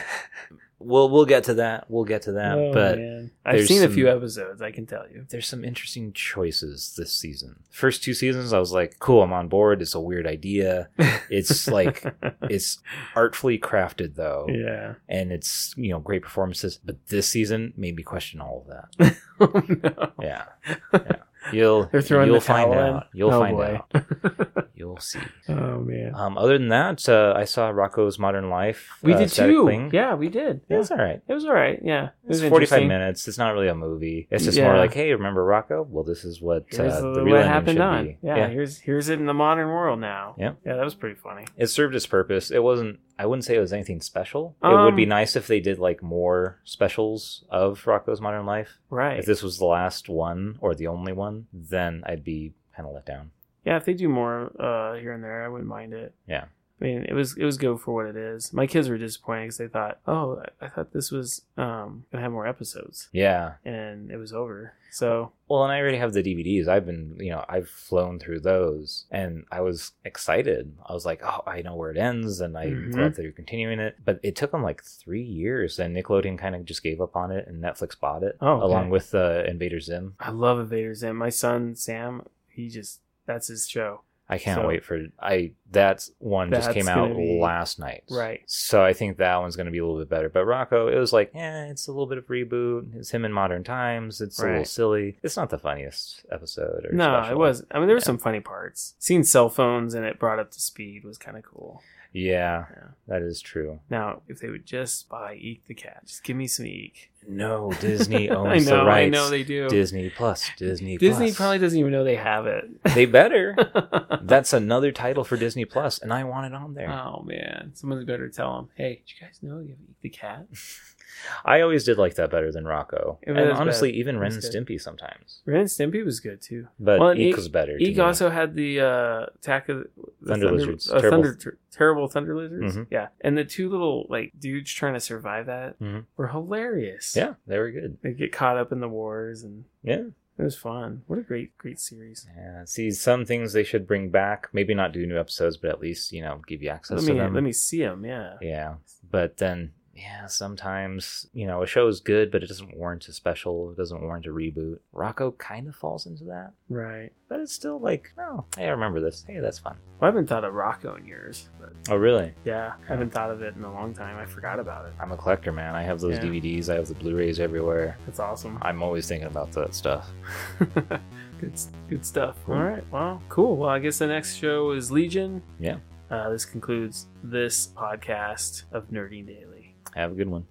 Speaker 2: we'll we'll get to that. We'll get to that.
Speaker 1: Oh,
Speaker 2: Uh, but
Speaker 1: man. I've
Speaker 2: there's
Speaker 1: seen a
Speaker 2: some-
Speaker 1: few episodes. I can tell you.
Speaker 2: there's some interesting choices this season. First two seasons, I was like, cool, I'm on board. It's a weird idea. It's like Oh. it's artfully crafted though,
Speaker 1: yeah.
Speaker 2: and it's you know great performances. But this season made me question all of that.
Speaker 1: Oh, no.
Speaker 2: Yeah, yeah. You'll
Speaker 1: They're throwing
Speaker 2: you'll
Speaker 1: the towel
Speaker 2: find
Speaker 1: in?
Speaker 2: out. You'll
Speaker 1: Oh,
Speaker 2: find
Speaker 1: boy.
Speaker 2: out. You'll see.
Speaker 1: Oh man.
Speaker 2: Um, other than that, uh, I saw Rocco's Modern Life.
Speaker 1: We
Speaker 2: uh,
Speaker 1: did
Speaker 2: static
Speaker 1: too.
Speaker 2: thing.
Speaker 1: Yeah, we did.
Speaker 2: It
Speaker 1: Yeah.
Speaker 2: was all right.
Speaker 1: It was all right. Yeah. It
Speaker 2: It's
Speaker 1: was
Speaker 2: 45
Speaker 1: interesting.
Speaker 2: minutes. It's not really a movie. It's just
Speaker 1: Yeah.
Speaker 2: more like, hey, remember Rocco? Well, this is what
Speaker 1: Here's
Speaker 2: uh, the
Speaker 1: the-
Speaker 2: real
Speaker 1: what
Speaker 2: ending
Speaker 1: happened
Speaker 2: should
Speaker 1: on.
Speaker 2: be.
Speaker 1: Yeah, Here's here's it in the modern world now.
Speaker 2: Yeah.
Speaker 1: Yeah. That was pretty funny.
Speaker 2: It served its purpose. It wasn't, I wouldn't say it was anything special. it
Speaker 1: Um,
Speaker 2: would be nice if they did like more specials of Rocco's Modern Life.
Speaker 1: Right.
Speaker 2: If this was the last one or the only one, then I'd be kind of let down.
Speaker 1: yeah. If they do more uh, here and there, I wouldn't mind it.
Speaker 2: Yeah.
Speaker 1: I mean, it was it was good for what it is. My kids were disappointed because they thought, oh, I- I thought this was um, gonna have more episodes,
Speaker 2: Yeah.
Speaker 1: and it was over. So
Speaker 2: Well, and I already have the DVDs. I've been, you know, I've flown through those and I was excited. I was like, oh, I know where it ends and I'm
Speaker 1: Mhm.
Speaker 2: glad that they're continuing it. But it took them like three years and Nickelodeon kind of just gave up on it and Netflix bought it
Speaker 1: Oh, okay.
Speaker 2: along with uh, Invader Zim.
Speaker 1: I love Invader Zim. My son Sam, he just that's his show.
Speaker 2: I can't
Speaker 1: So-
Speaker 2: wait for I that one just
Speaker 1: That's
Speaker 2: came out
Speaker 1: gonna be-
Speaker 2: last night.
Speaker 1: Right.
Speaker 2: So I think that one's going to be a little bit better. But Rocco, it was like, eh, it's a little bit of reboot. It's him in modern times. It's a little
Speaker 1: Right.
Speaker 2: silly. It's not the funniest episode or
Speaker 1: No, it
Speaker 2: special.
Speaker 1: was. I mean, there were
Speaker 2: Yeah.
Speaker 1: some funny parts. Seeing cell phones and it brought up to speed was kind of cool.
Speaker 2: Yeah,
Speaker 1: Yeah.
Speaker 2: that is true.
Speaker 1: Now, if they would just buy Eek the Cat, just give me some Eek.
Speaker 2: No, Disney
Speaker 1: I
Speaker 2: owns
Speaker 1: know,
Speaker 2: the rights.
Speaker 1: I know they do.
Speaker 2: Disney Plus, Disney
Speaker 1: Disney
Speaker 2: Plus.
Speaker 1: probably doesn't even know they have it.
Speaker 2: They better. That's another title for Disney Plus, and I want it on there.
Speaker 1: oh man, someone's better tell them. Hey, did you guys know you have Eek the Cat?
Speaker 2: I always did like that better than
Speaker 1: Oh.
Speaker 2: Rocco,
Speaker 1: It
Speaker 2: and
Speaker 1: was
Speaker 2: honestly,
Speaker 1: better.
Speaker 2: even
Speaker 1: It
Speaker 2: Ren and
Speaker 1: was
Speaker 2: Stimpy sometimes.
Speaker 1: Ren and Stimpy was good too.
Speaker 2: But
Speaker 1: Well, and
Speaker 2: Eek
Speaker 1: Eek-
Speaker 2: was better. to
Speaker 1: Eek
Speaker 2: me.
Speaker 1: also had the uh, attack of the
Speaker 2: Thunder lizards.
Speaker 1: uh,
Speaker 2: Terrible-
Speaker 1: thunder, ter- terrible thunder lizards.
Speaker 2: Mhm.
Speaker 1: Yeah, and the two little like dudes trying to survive that
Speaker 2: Mhm.
Speaker 1: were hilarious.
Speaker 2: Yeah, they were good.
Speaker 1: They get caught up in the wars, and
Speaker 2: Yeah.
Speaker 1: it was fun. What a great, great series.
Speaker 2: Yeah. See, some things they should bring back. Maybe not do new episodes, but at least, you know, give you access
Speaker 1: Let
Speaker 2: to
Speaker 1: me
Speaker 2: them.
Speaker 1: let me see them. Yeah.
Speaker 2: Yeah. But then, yeah, sometimes, you know, a show is good, but it doesn't warrant a special. It doesn't warrant a reboot. Rocco kind of falls into that,
Speaker 1: right.
Speaker 2: but it's still like, oh, hey, I remember this. Hey, that's fun.
Speaker 1: Well, I haven't thought of Rocco in years, but
Speaker 2: Oh, really?
Speaker 1: yeah, I haven't thought of it in a long time. I forgot about it.
Speaker 2: I'm a collector, man. I have those
Speaker 1: Yeah.
Speaker 2: DVDs, I have the Blu rays everywhere.
Speaker 1: That's awesome.
Speaker 2: I'm always thinking about that stuff.
Speaker 1: good, s- good stuff.
Speaker 2: Cool.
Speaker 1: All right. Well, cool. Well, I guess the next show is Legion.
Speaker 2: Yeah.
Speaker 1: Uh, this concludes this podcast of Nerding Daily.
Speaker 2: Have a good one.